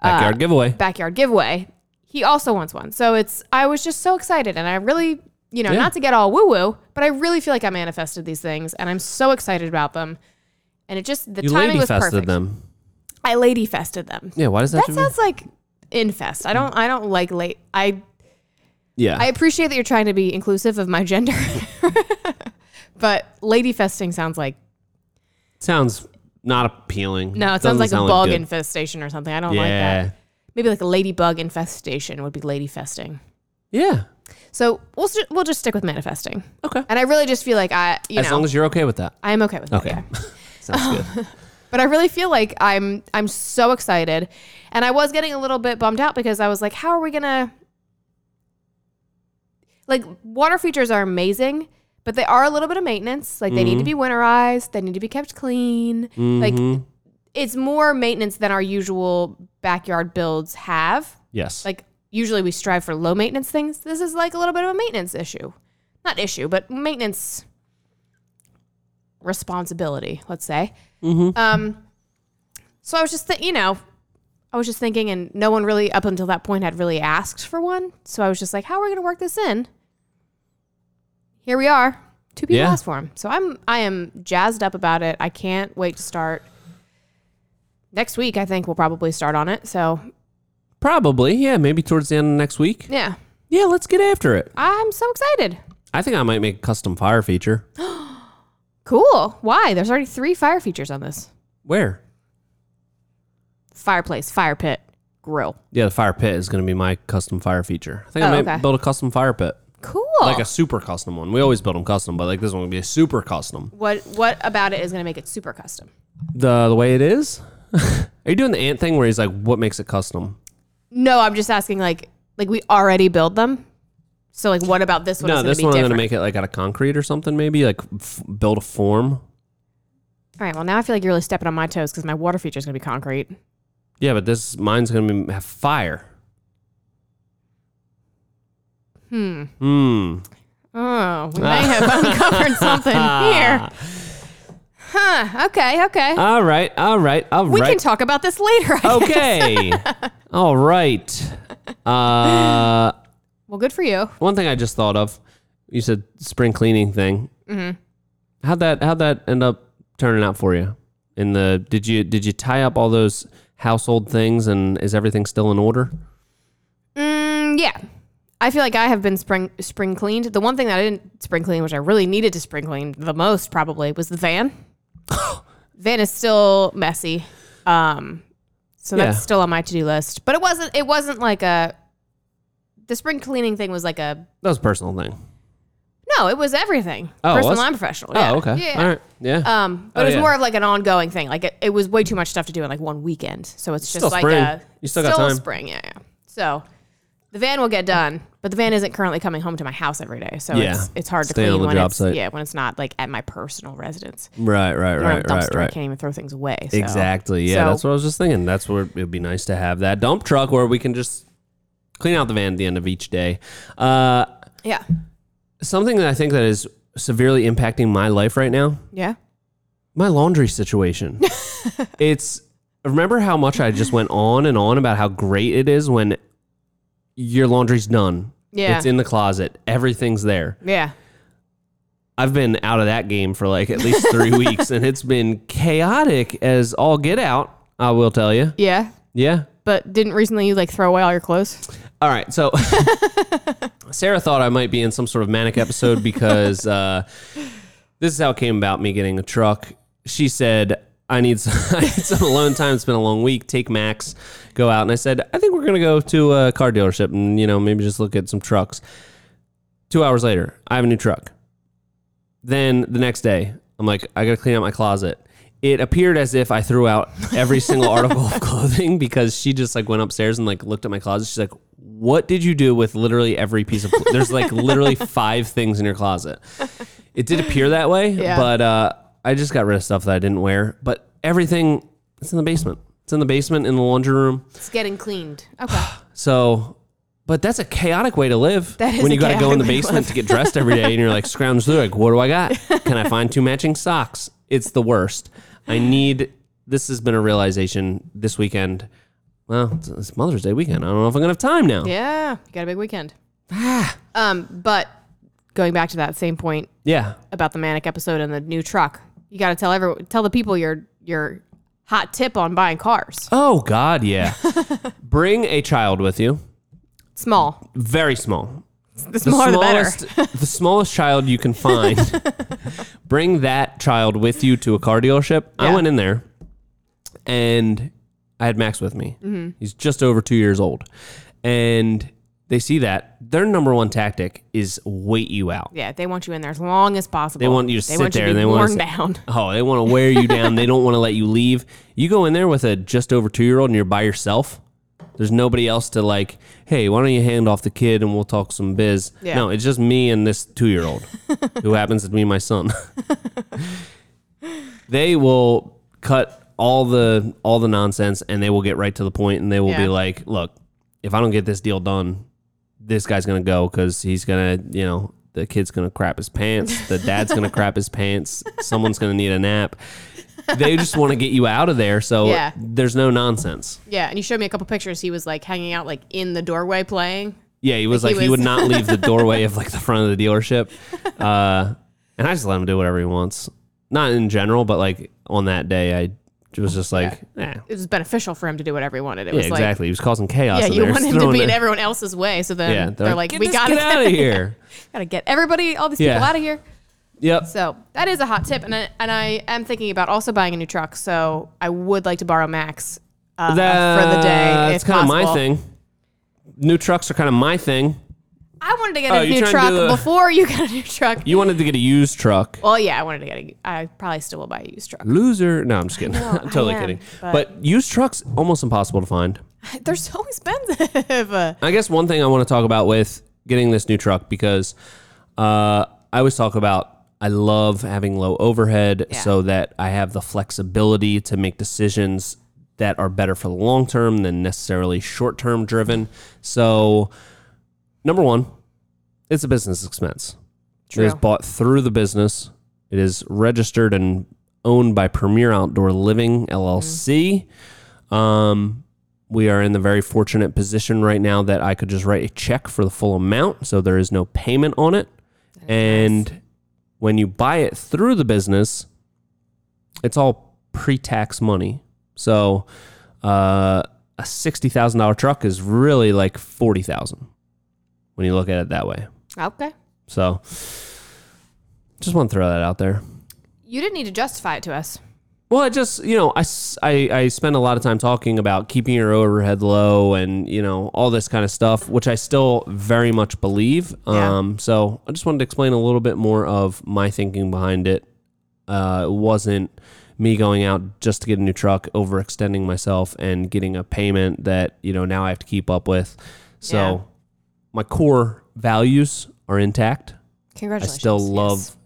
Speaker 1: Uh,
Speaker 2: Backyard giveaway.
Speaker 1: backyard giveaway, he also wants one. So it's, I was just so excited. And I really, you know,
Speaker 2: Yeah.
Speaker 1: not to get all woo woo, but I really feel like I manifested these things and I'm so excited about them. And it just, the
Speaker 2: You
Speaker 1: timing
Speaker 2: lady
Speaker 1: was
Speaker 2: fested
Speaker 1: perfect.
Speaker 2: them.
Speaker 1: I lady fested them.
Speaker 2: Yeah. Why does that?
Speaker 1: That sounds like infest. I don't, I don't like late. I,
Speaker 2: yeah.
Speaker 1: I appreciate that you're trying to be inclusive of my gender. But lady festing sounds like
Speaker 2: Sounds not appealing.
Speaker 1: no, it
Speaker 2: Doesn't
Speaker 1: sounds like
Speaker 2: sound
Speaker 1: a bug
Speaker 2: good.
Speaker 1: infestation or something. I don't like
Speaker 2: yeah.
Speaker 1: that. Maybe like a ladybug infestation would be lady festing.
Speaker 2: Yeah.
Speaker 1: So we'll ju- we'll just stick with manifesting.
Speaker 2: Okay.
Speaker 1: And I really just feel like I you
Speaker 2: as
Speaker 1: know
Speaker 2: long as you're okay with that.
Speaker 1: I am okay with that.
Speaker 2: Okay.
Speaker 1: yeah.
Speaker 2: Sounds good.
Speaker 1: But I really feel like I'm I'm so excited. And I was getting a little bit bummed out because I was like, how are we gonna like water features are amazing, but they are a little bit of maintenance. Like they need
Speaker 2: Mm-hmm.
Speaker 1: to be winterized, they need to be kept clean. Like it's more maintenance than our usual backyard builds have.
Speaker 2: Yes.
Speaker 1: Like usually we strive for low maintenance things. This is like a little bit of a maintenance issue. Not issue, but maintenance responsibility, let's say. Um, so I was just, th- you know, I was just thinking, and no one really up until that point had really asked for one. So I was just like, how are we going to work this in? Here we are. Two people
Speaker 2: Yeah.
Speaker 1: asked for 'em. So I'm, I am jazzed up about it. I can't wait to start. Next week, I think we'll probably start on it. So
Speaker 2: Probably. Yeah. Maybe towards the end of next week.
Speaker 1: yeah,
Speaker 2: Yeah. Let's get after it.
Speaker 1: I'm so excited.
Speaker 2: I think I might make a custom fire feature.
Speaker 1: Cool. Why? There's already three fire features on this
Speaker 2: Where?
Speaker 1: fireplace, fire pit, grill.
Speaker 2: Yeah. The fire pit is going to be my custom fire feature. I think
Speaker 1: Oh,
Speaker 2: I might
Speaker 1: okay.
Speaker 2: build a custom fire pit.
Speaker 1: Cool.
Speaker 2: Like a super custom one. We always build them custom, but like this one would be a super custom.
Speaker 1: what What about it is going to make it super custom?
Speaker 2: The the way it is. Are you doing the ant thing where he's like, "What makes it custom?"
Speaker 1: No, I'm just asking. Like, like we already build them. So, like, what about this one?
Speaker 2: no,
Speaker 1: is
Speaker 2: this
Speaker 1: gonna be
Speaker 2: one I'm
Speaker 1: different?
Speaker 2: gonna make it like out of concrete or something. Maybe like f- build a form.
Speaker 1: All right. Well, now I feel like you're really stepping on my toes because my water feature is going to be concrete.
Speaker 2: Yeah, but this mine's gonna be, have fire.
Speaker 1: Hmm.
Speaker 2: Hmm.
Speaker 1: Oh,
Speaker 2: Ah.
Speaker 1: we may have uncovered something here. Huh. Okay. Okay.
Speaker 2: All right. All right. All
Speaker 1: we can
Speaker 2: Uh, right. Oh.
Speaker 1: talk about this later. I guess.
Speaker 2: okay. all right. Uh,
Speaker 1: Well, good for you.
Speaker 2: one thing I just thought of. You said spring cleaning thing. Mm-hmm. How'd that How'd that end up turning out for you? In the did you did you tie up all those household things and is everything still in order?
Speaker 1: Mm, yeah. I feel like I have been spring spring cleaned. The one thing that I didn't spring clean, which I really needed to spring clean the most probably, was the van. van is still messy. Um so that's
Speaker 2: Yeah.
Speaker 1: still on my to-do list. But it wasn't it wasn't like a the spring cleaning thing was like a
Speaker 2: That was a personal thing.
Speaker 1: no, it was everything.
Speaker 2: Oh, it
Speaker 1: Personal
Speaker 2: was?
Speaker 1: and professional.
Speaker 2: Oh,
Speaker 1: yeah.
Speaker 2: okay.
Speaker 1: Yeah.
Speaker 2: All right. Yeah.
Speaker 1: Um, but
Speaker 2: Oh,
Speaker 1: it was
Speaker 2: yeah.
Speaker 1: more of like an ongoing thing. Like it, it was way too much stuff to do in like one weekend. So it's just
Speaker 2: Still
Speaker 1: like
Speaker 2: spring.
Speaker 1: a
Speaker 2: You still got time.
Speaker 1: spring, yeah, yeah. So the van will get done, but the van isn't currently coming home to my house every day. So
Speaker 2: Yeah.
Speaker 1: it's it's hard
Speaker 2: Stay
Speaker 1: to
Speaker 2: on
Speaker 1: clean
Speaker 2: the
Speaker 1: when
Speaker 2: job
Speaker 1: it's
Speaker 2: site.
Speaker 1: yeah when it's not like at my personal residence.
Speaker 2: right. Right.
Speaker 1: When I'm
Speaker 2: Right.
Speaker 1: a
Speaker 2: Right.
Speaker 1: dumpster, I
Speaker 2: Right.
Speaker 1: can't even throw things away. So.
Speaker 2: Exactly. Yeah,
Speaker 1: So-
Speaker 2: that's what I was just thinking. That's where it'd be nice to have that dump truck where we can just clean out the van at the end of each day. Uh,
Speaker 1: Yeah.
Speaker 2: something that I think that is severely impacting my life right now,
Speaker 1: Yeah.
Speaker 2: my laundry situation. it's remember how much I just went on and on about how great it is when your laundry's done.
Speaker 1: Yeah.
Speaker 2: It's in the closet. Everything's there.
Speaker 1: Yeah.
Speaker 2: I've been out of that game for like at least three weeks, and it's been chaotic as all get out. I will tell you.
Speaker 1: Yeah.
Speaker 2: Yeah,
Speaker 1: But didn't recently you like throw away all your clothes?
Speaker 2: All right, so Sarah thought I might be in some sort of manic episode because uh, this is how it came about me getting a truck. She said, I need some, I need some alone time. It's been a long week. Take Max, go out. And I said, I think we're going to go to a car dealership and, you know, maybe just look at some trucks. Two hours later, I have a new truck. Then the next day, I'm like, I got to clean out my closet. It appeared as if I threw out every single article of clothing because she just like went upstairs and like looked at my closet. She's like, "What did you do with literally every piece of? Cl- There's like literally five things in your closet." It did appear that way,
Speaker 1: Yeah.
Speaker 2: but uh, I just got rid of stuff that I didn't wear. But everything, it's in the basement. It's in the basement in the laundry room.
Speaker 1: It's getting cleaned. Okay.
Speaker 2: So, but that's a chaotic way to live.
Speaker 1: That is
Speaker 2: when
Speaker 1: a
Speaker 2: you gotta go in the
Speaker 1: chaotic way to
Speaker 2: basement to get dressed every day, and you're like scrounged through, like, what do I got? Can I find two matching socks? It's the worst. I need. This has been a realization this weekend. Well, it's, it's Mother's Day weekend. I don't know if I'm gonna have time now.
Speaker 1: Yeah. You got a big weekend. um. But going back to that same point,
Speaker 2: Yeah.
Speaker 1: about the manic episode and the new truck. You got to tell everyone, tell the people your your hot tip on buying cars.
Speaker 2: Oh God, yeah. Bring a child with you.
Speaker 1: Small,
Speaker 2: Very small.
Speaker 1: the smaller the better.
Speaker 2: the better. the smallest child you can find Bring that child with you to a car dealership. I
Speaker 1: Yeah.
Speaker 2: went in there and I had Max with me.
Speaker 1: Mm-hmm.
Speaker 2: He's just over two years old. And they see that. Their number one tactic is wait you out.
Speaker 1: Yeah, they want you in there as long as possible. They
Speaker 2: want you to sit
Speaker 1: want
Speaker 2: there
Speaker 1: You to
Speaker 2: and
Speaker 1: be
Speaker 2: they want
Speaker 1: worn
Speaker 2: to
Speaker 1: down.
Speaker 2: Oh, they want to wear you down. they don't want to let you leave. You go in there with a just over two year old and you're by yourself. There's nobody else to like, hey, why don't you hand off the kid and we'll talk some biz?
Speaker 1: Yeah.
Speaker 2: No, it's just me and this two year old who happens to be my son. they will cut all the all the nonsense and they will get right to the point and they will be
Speaker 1: Yeah.
Speaker 2: like, look, if I don't get this deal done, this guy's gonna go because he's gonna, you know, the kid's gonna crap his pants, the dad's gonna crap his pants, someone's gonna need a nap. They just want to get you out of there, so
Speaker 1: Yeah.
Speaker 2: there's no nonsense.
Speaker 1: Yeah, and you showed me a couple pictures. He was like hanging out, like in the doorway playing.
Speaker 2: Yeah, he was like,
Speaker 1: Like,
Speaker 2: he,
Speaker 1: he
Speaker 2: would
Speaker 1: was-
Speaker 2: not leave the doorway of like the front of the dealership, uh, and I just let him do whatever he wants. Not in general, but like on that day, I was just like, eh.
Speaker 1: It was beneficial for him to do whatever he wanted. It
Speaker 2: yeah,
Speaker 1: was like,
Speaker 2: exactly. he was causing chaos.
Speaker 1: yeah,
Speaker 2: in
Speaker 1: you
Speaker 2: there.
Speaker 1: want
Speaker 2: Just
Speaker 1: him to
Speaker 2: throwing
Speaker 1: be in
Speaker 2: the-
Speaker 1: everyone else's way. So then
Speaker 2: Yeah,
Speaker 1: they're, like,
Speaker 2: "Get
Speaker 1: we
Speaker 2: this
Speaker 1: got
Speaker 2: kid out of here.
Speaker 1: gotta get everybody, all these
Speaker 2: Yeah.
Speaker 1: people out of here.
Speaker 2: Yep.
Speaker 1: So that is a hot tip, and I, and I am thinking about also buying a new truck. So I would like to borrow Max uh, for the day.
Speaker 2: That's
Speaker 1: if
Speaker 2: kind of my
Speaker 1: possible.
Speaker 2: thing. New trucks are kind of my thing.
Speaker 1: I wanted to get
Speaker 2: Oh,
Speaker 1: a
Speaker 2: you're
Speaker 1: new
Speaker 2: trying to
Speaker 1: truck
Speaker 2: do a-
Speaker 1: before you got a new truck.
Speaker 2: You wanted to get a used truck.
Speaker 1: Well, yeah, I wanted to get a. I probably still will buy a used truck.
Speaker 2: Loser. No, I'm just kidding.
Speaker 1: know,
Speaker 2: I'm totally
Speaker 1: I am,
Speaker 2: kidding. But,
Speaker 1: but-
Speaker 2: used trucks almost impossible to find.
Speaker 1: They're so expensive. Uh,
Speaker 2: I guess one thing I want to talk about with getting this new truck because uh, I always talk about I love having low overhead
Speaker 1: Yeah.
Speaker 2: so that I have the flexibility to make decisions that are better for the long term than necessarily short term driven. So, number one, it's a business expense. It is
Speaker 1: True.
Speaker 2: bought through the business. It is registered and owned by Premier Outdoor Living LLC. Um, we are in the very fortunate position right now that I could just write a check for the full amount, so there is no payment on it. And when you buy it through the business, it's all pre-tax money. So uh, a sixty thousand dollar truck is really like forty thousand when you look at it that way.
Speaker 1: okay.
Speaker 2: So just want to throw that out there.
Speaker 1: You didn't need to justify it to us.
Speaker 2: Well, I just, you know, I, s- I- I spend a lot of time talking about keeping your overhead low and, you know, all this kind of stuff, which I still very much believe.
Speaker 1: Yeah.
Speaker 2: Um, so I just wanted to explain a little bit more of my thinking behind it. Uh, it wasn't me going out just to get a new truck, overextending myself and getting a payment that, you know, now I have to keep up with. So
Speaker 1: Yeah.
Speaker 2: my core values are intact. I
Speaker 1: Congratulations.
Speaker 2: still love
Speaker 1: Yes.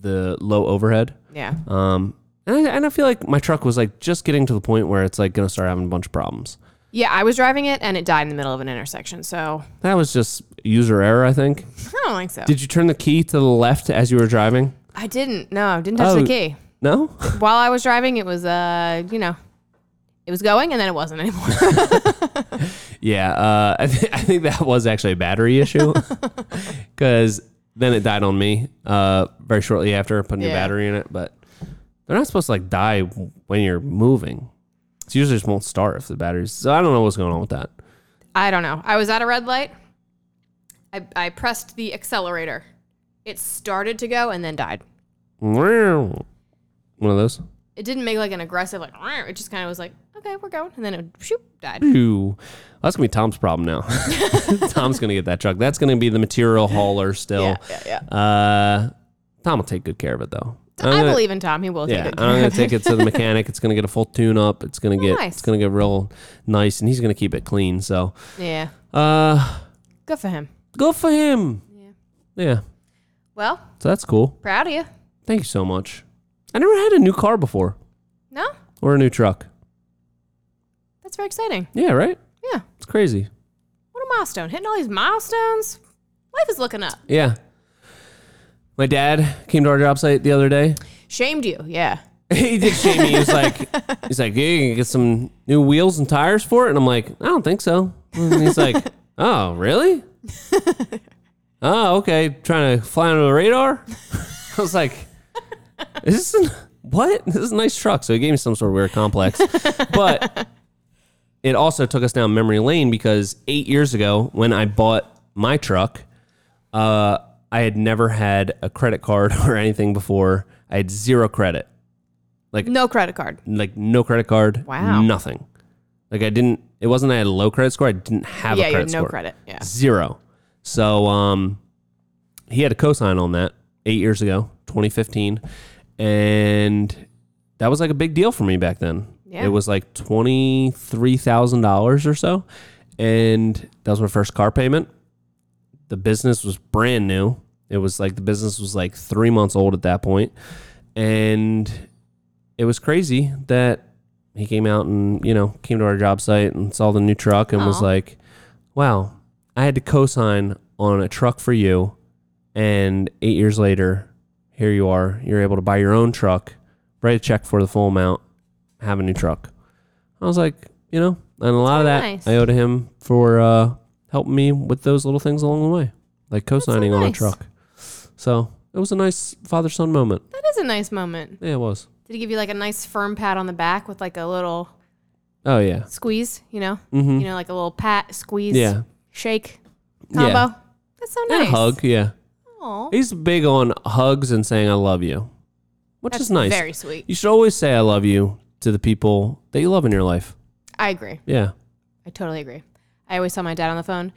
Speaker 2: the low overhead.
Speaker 1: Yeah.
Speaker 2: Um, and I, and I feel like my truck was like just getting to the point where it's like gonna start having a bunch of problems.
Speaker 1: Yeah, I was driving it and it died in the middle of an intersection. So
Speaker 2: That was just user error, I think.
Speaker 1: I don't think so.
Speaker 2: Did you turn the key to the left as you were driving?
Speaker 1: I didn't. No, I didn't touch
Speaker 2: Oh.
Speaker 1: the key.
Speaker 2: No.
Speaker 1: While I was driving, it was, uh, you know, it was going and then it wasn't anymore.
Speaker 2: yeah, uh, I, th- I think that was actually a battery issue because then it died on me uh, very shortly after putting a
Speaker 1: Yeah.
Speaker 2: battery in it. But they're not supposed to like die when you're moving. It's usually just won't start if the batteries. So I don't know what's going on with that.
Speaker 1: I don't know. I was at a red light. I, I pressed the accelerator. It started to go and then died.
Speaker 2: One of those.
Speaker 1: It didn't make like an aggressive like. "Rrr." It just kind of was like, okay, we're going, and then it shoop died.
Speaker 2: Ooh. That's gonna be Tom's problem now. Tom's gonna get that truck. That's gonna be the material hauler still.
Speaker 1: yeah, yeah.
Speaker 2: Uh, Tom will take good care of it though. I'm
Speaker 1: I
Speaker 2: gonna-
Speaker 1: believe in Tom. He will
Speaker 2: Yeah,
Speaker 1: take it. Oh,
Speaker 2: I'm gonna take it to the mechanic. It's gonna get a full tune up. It's gonna get
Speaker 1: nice.
Speaker 2: it's gonna get real nice, and he's gonna keep it clean. So,
Speaker 1: Yeah,
Speaker 2: uh,
Speaker 1: good for him.
Speaker 2: good for him.
Speaker 1: Yeah.
Speaker 2: Yeah.
Speaker 1: Well,
Speaker 2: So that's cool.
Speaker 1: proud of you.
Speaker 2: Thank you so much. I never had a new car before
Speaker 1: No,
Speaker 2: or a new truck.
Speaker 1: that's very exciting.
Speaker 2: Yeah, right.
Speaker 1: Yeah,
Speaker 2: It's crazy.
Speaker 1: what a milestone! Hitting all these milestones. Life is looking up.
Speaker 2: Yeah. My dad came to our job site the other day.
Speaker 1: Shamed you. Yeah.
Speaker 2: he did shame me. He was like, he's like, you can get some new wheels and tires for it, and I'm like, I don't think so. And he's like, oh, really? oh, okay. Trying to fly under the radar. I was like, is this an, what? This is a nice truck. So he gave me some sort of weird complex, but it also took us down memory lane because eight years ago when I bought my truck, uh, I had never had a credit card or anything before. I had zero credit,
Speaker 1: No credit card.
Speaker 2: like no credit card,
Speaker 1: Wow.
Speaker 2: nothing. Like I didn't. It wasn't I had a low credit score. I didn't have
Speaker 1: yeah,
Speaker 2: a
Speaker 1: you
Speaker 2: credit
Speaker 1: had no
Speaker 2: score.
Speaker 1: credit. Yeah.
Speaker 2: Zero. So um, he had a cosign on that eight years ago, 2015, and that was like a big deal for me back then.
Speaker 1: Yeah.
Speaker 2: It was like twenty three thousand dollars or so, and that was my first car payment. The business was brand new. It was like the business was like three months old at that point, and it was crazy that he came out and you know came to our job site and saw the new truck and was
Speaker 1: Aw.
Speaker 2: like, "Wow, I had to co-sign on a truck for you, and eight years later, here you are. You're able to buy your own truck, write a check for the full amount, have a new truck." I was like, you know, and a lot of that
Speaker 1: That's nice.
Speaker 2: I owe to him for uh, helping me with those little things along the way, like co-signing on a
Speaker 1: nice.
Speaker 2: truck. So it was a nice father-son moment.
Speaker 1: That is a nice moment.
Speaker 2: Yeah, it was.
Speaker 1: Did he give you like a nice firm pat on the back with like a little
Speaker 2: Oh yeah.
Speaker 1: squeeze, you know?
Speaker 2: Mm-hmm.
Speaker 1: You know, like a little pat, squeeze,
Speaker 2: Yeah.
Speaker 1: shake
Speaker 2: Yeah.
Speaker 1: combo. That's so nice.
Speaker 2: And a hug, yeah.
Speaker 1: Aw.
Speaker 2: He's big on hugs and saying I love you. Which
Speaker 1: That's
Speaker 2: is nice.
Speaker 1: Very sweet.
Speaker 2: you should always say I love you to the people that you love in your life.
Speaker 1: I agree.
Speaker 2: Yeah.
Speaker 1: I totally agree. I always tell my dad on the phone.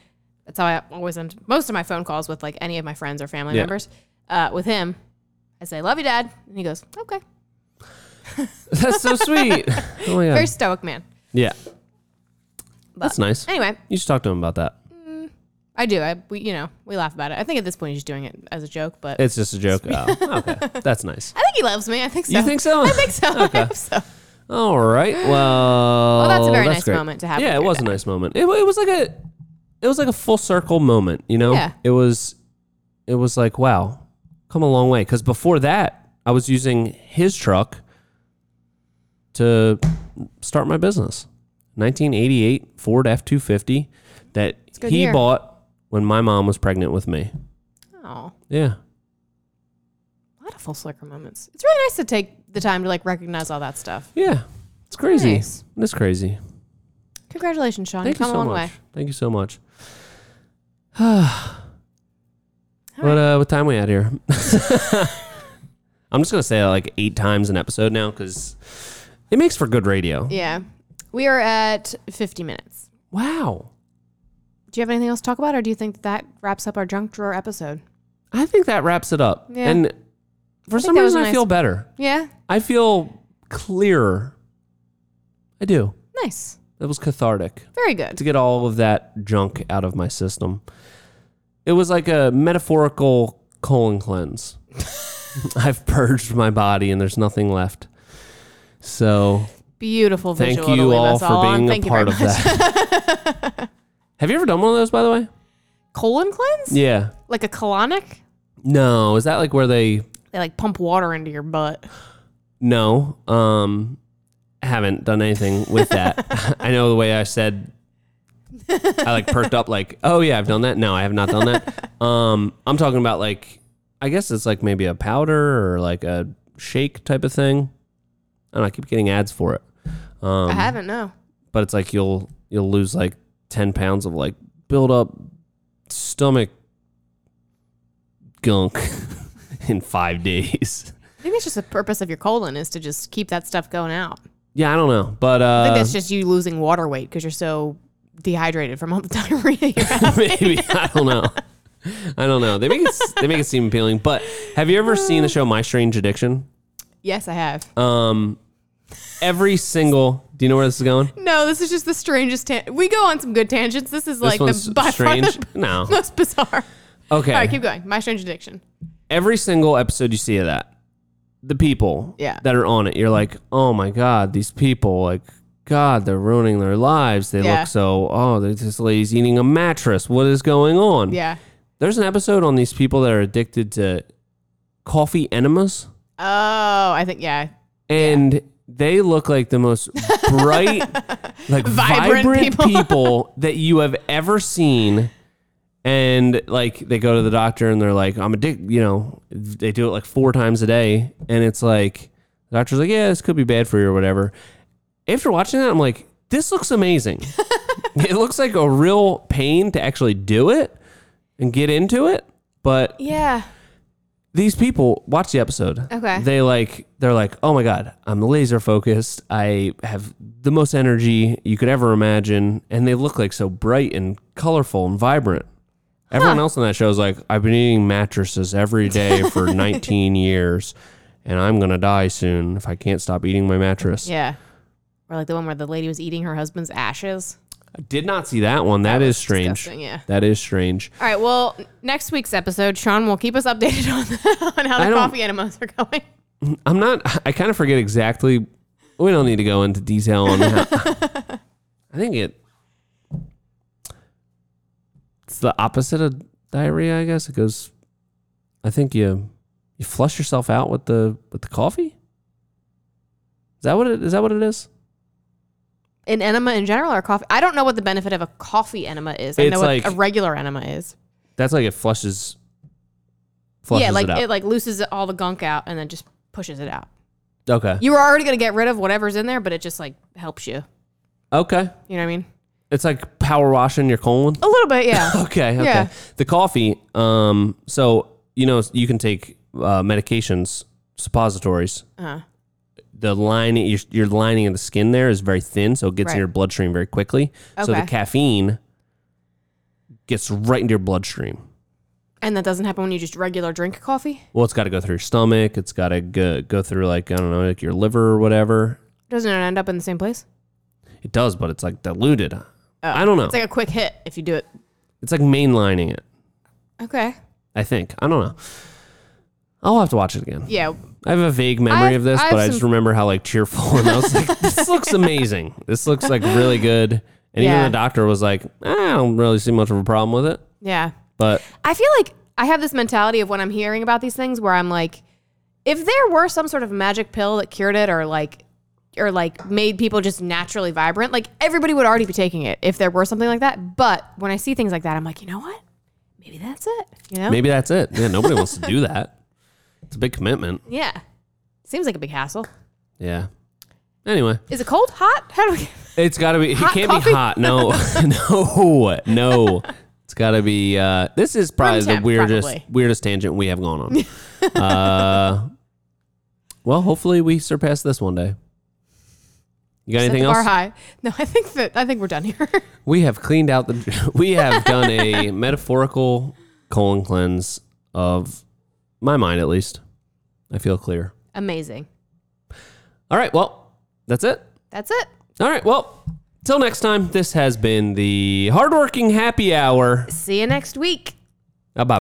Speaker 1: That's how I always end most of my phone calls with like any of my friends or family
Speaker 2: Yeah.
Speaker 1: members. Uh, with him, I say, "Love you, Dad," and he goes, "Okay."
Speaker 2: That's so sweet. oh my god.
Speaker 1: Very stoic man.
Speaker 2: yeah. That's nice.
Speaker 1: Anyway,
Speaker 2: You should talk to him about that.
Speaker 1: I do. I we you know we laugh about it. I think at this point he's just doing it as a joke, but
Speaker 2: It's just a joke. Oh, okay. That's nice.
Speaker 1: I think he loves me. I think so.
Speaker 2: You think so?
Speaker 1: I think so. I hope so.
Speaker 2: All right. Well,
Speaker 1: Well, that's a very nice
Speaker 2: great.
Speaker 1: moment to have.
Speaker 2: Yeah, it
Speaker 1: with your
Speaker 2: was a nice moment. It, it was like a, it was like a full circle moment. You know,
Speaker 1: Yeah.
Speaker 2: it was, it was like wow, come a long way. Because before that, I was using his truck to start my business, 1988 Ford F 250 that
Speaker 1: good
Speaker 2: he
Speaker 1: year.
Speaker 2: bought when my mom was pregnant with me.
Speaker 1: dad. Oh,
Speaker 2: Yeah,
Speaker 1: a lot of full circle moments. It's really nice to take the time to like recognize all that stuff.
Speaker 2: yeah, it's crazy.
Speaker 1: Nice.
Speaker 2: It's crazy.
Speaker 1: Congratulations, Sean.
Speaker 2: Thank
Speaker 1: You've come
Speaker 2: you
Speaker 1: a
Speaker 2: so
Speaker 1: long
Speaker 2: much.
Speaker 1: way.
Speaker 2: Thank you so much.
Speaker 1: All
Speaker 2: What uh, what time we at here? I'm just gonna say that like eight times an episode now because it makes for good radio.
Speaker 1: Yeah, we are at fifty minutes.
Speaker 2: Wow,
Speaker 1: Do you have anything else to talk about, or do you think that, that wraps up our junk drawer episode?
Speaker 2: I think that wraps it up.
Speaker 1: Yeah.
Speaker 2: And for some
Speaker 1: that was
Speaker 2: reason, I
Speaker 1: nice.
Speaker 2: feel better.
Speaker 1: Yeah,
Speaker 2: I feel clearer. I do.
Speaker 1: nice,
Speaker 2: That was cathartic
Speaker 1: very
Speaker 2: to
Speaker 1: good.
Speaker 2: get all of that junk out of my system. It was like a metaphorical colon cleanse. I've purged my body and there's nothing left. So
Speaker 1: Beautiful
Speaker 2: Thank
Speaker 1: visual. to
Speaker 2: you
Speaker 1: leave
Speaker 2: all
Speaker 1: us
Speaker 2: for
Speaker 1: on.
Speaker 2: being
Speaker 1: Thank
Speaker 2: a
Speaker 1: you very
Speaker 2: part of
Speaker 1: much.
Speaker 2: that. Have you ever done one of those, by the way?
Speaker 1: Colon cleanse,
Speaker 2: Yeah.
Speaker 1: like a colonic.
Speaker 2: No, is that like where they?
Speaker 1: They like pump water into your butt.
Speaker 2: No, um, haven't done anything with that. I know the way I said, I like perked up, like, oh yeah, I've done that. No, I have not done that. Um, I'm talking about like, I guess it's like maybe a powder or like a shake type of thing. I don't know. I keep getting ads for it. Um,
Speaker 1: I haven't. No.
Speaker 2: but it's like you'll you'll lose like 10 pounds of like build up stomach gunk in five days
Speaker 1: Maybe it's just the purpose of your colon is to just keep that stuff going out.
Speaker 2: yeah i don't know but
Speaker 1: I
Speaker 2: uh
Speaker 1: think that's just you losing water weight because you're so dehydrated from all the diarrhea. You're having.
Speaker 2: maybe i don't know i don't know they make it s- they make it seem appealing but have you ever seen the show my strange addiction
Speaker 1: yes, I have.
Speaker 2: um every single do you know where this is going
Speaker 1: no, this is just the strangest. Tan- we go on some good tangents. This is like
Speaker 2: this
Speaker 1: the by far
Speaker 2: strange
Speaker 1: the
Speaker 2: no
Speaker 1: most bizarre.
Speaker 2: okay
Speaker 1: All right, keep going. My strange addiction.
Speaker 2: every single episode you see of that, the people
Speaker 1: Yeah.
Speaker 2: that are on it, you're like, oh my god, these people, like, God, they're ruining their lives. They
Speaker 1: Yeah.
Speaker 2: look so. Oh, they- this lady's eating a mattress. What is going on?
Speaker 1: Yeah.
Speaker 2: There's an episode on these people that are addicted to coffee enemas,
Speaker 1: Oh, I think yeah.
Speaker 2: and they look like the most bright, like vibrant,
Speaker 1: Vibrant
Speaker 2: people.
Speaker 1: people.
Speaker 2: that you have ever seen. And like they go to the doctor and they're like, I'm addicted. You know, they do it like four times a day, and it's like the doctor's like, yeah, this could be bad for you or whatever. After watching that, I'm like, this looks amazing. it looks like a real pain to actually do it and get into it, but
Speaker 1: Yeah.
Speaker 2: these people watch the episode.
Speaker 1: Okay.
Speaker 2: They like they're like, "Oh my god, I'm laser focused. I have the most energy you could ever imagine." And they look like so bright and colorful and vibrant. Everyone else on that show is like, "I've been eating mattresses every day for 19 years." And I'm gonna die soon if I can't stop eating my mattress.
Speaker 1: Yeah. Or like the one where the lady was eating her husband's ashes.
Speaker 2: I did not see that one. that is strange.
Speaker 1: disgusting, yeah.
Speaker 2: That is strange.
Speaker 1: All right. Well, n- next week's episode, Sean will keep us updated on, on how
Speaker 2: I
Speaker 1: the
Speaker 2: don't-
Speaker 1: coffee enemas are going.
Speaker 2: I'm not. I kind of forget exactly. We don't need to go into detail on. How, I think it. It's the opposite of diarrhea, I guess. It goes. I think you you flush yourself out with the with the coffee. Is that what it is? That what it is?
Speaker 1: An enema in general or coffee? I don't know what the benefit of a coffee enema is. I
Speaker 2: It's
Speaker 1: know what
Speaker 2: like-
Speaker 1: a regular enema is.
Speaker 2: That's like it flushes. Flushes
Speaker 1: yeah, like
Speaker 2: it out.
Speaker 1: it, like loosens all the gunk out and then just pushes it out.
Speaker 2: okay.
Speaker 1: You were already gonna get rid of whatever's in there, but it just like helps you.
Speaker 2: okay.
Speaker 1: You know what I mean?
Speaker 2: It's like power washing your colon.
Speaker 1: A little bit, yeah.
Speaker 2: Okay, okay.
Speaker 1: Yeah.
Speaker 2: The coffee. Um, so you know you can take uh, medications, suppositories.
Speaker 1: Uh-huh.
Speaker 2: The lining, your, your lining of the skin there is very thin, so it gets
Speaker 1: Right.
Speaker 2: in your bloodstream very quickly. So the
Speaker 1: Okay.
Speaker 2: caffeine gets right into your bloodstream.
Speaker 1: and that doesn't happen when you just regular drink coffee.
Speaker 2: Well, it's got to go through your stomach. It's got to go, go through like I don't know, like your liver or whatever.
Speaker 1: Doesn't it end up in the same place?
Speaker 2: It does, but it's like diluted. I don't know.
Speaker 1: Oh. It's like a quick hit if you do it.
Speaker 2: it's like mainlining it.
Speaker 1: Okay.
Speaker 2: I think I don't know. I'll have to watch it again.
Speaker 1: Yeah.
Speaker 2: I have a vague memory
Speaker 1: I-
Speaker 2: of this,
Speaker 1: I have
Speaker 2: but I just
Speaker 1: some-
Speaker 2: remember how like cheerful and I was like, "This looks amazing. This looks like really good." And
Speaker 1: Yeah.
Speaker 2: even the doctor was like, "I don't really see much of a problem with it."
Speaker 1: Yeah.
Speaker 2: But
Speaker 1: I feel like I have this mentality of when I'm hearing about these things where I'm like, if there were some sort of magic pill that cured it or like or like made people just naturally vibrant, like everybody would already be taking it if there were something like that. But when I see things like that, I'm like, you know what? Maybe that's it. You know?
Speaker 2: maybe that's it. Yeah, nobody wants to do that. It's a big commitment.
Speaker 1: Yeah. Seems like a big hassle.
Speaker 2: Yeah. Anyway,
Speaker 1: Is it cold? Hot? How do we
Speaker 2: it's got to be.
Speaker 1: Hot
Speaker 2: it can't
Speaker 1: coffee?
Speaker 2: be hot. No, no, no. It's got to be. Uh, this is probably the
Speaker 1: temp,
Speaker 2: weirdest,
Speaker 1: probably.
Speaker 2: weirdest tangent we have gone on. uh, well, hopefully we surpass this one day. You got anything
Speaker 1: Set the
Speaker 2: else?
Speaker 1: Bar high. No, I think that I think we're done here.
Speaker 2: We have cleaned out the. We have done a metaphorical colon cleanse of my mind, at least. I feel clear.
Speaker 1: Amazing.
Speaker 2: All right. Well, that's it.
Speaker 1: That's it.
Speaker 2: All right. Well, till next time. This has been the hardworking happy hour.
Speaker 1: See you next week.
Speaker 2: Bye.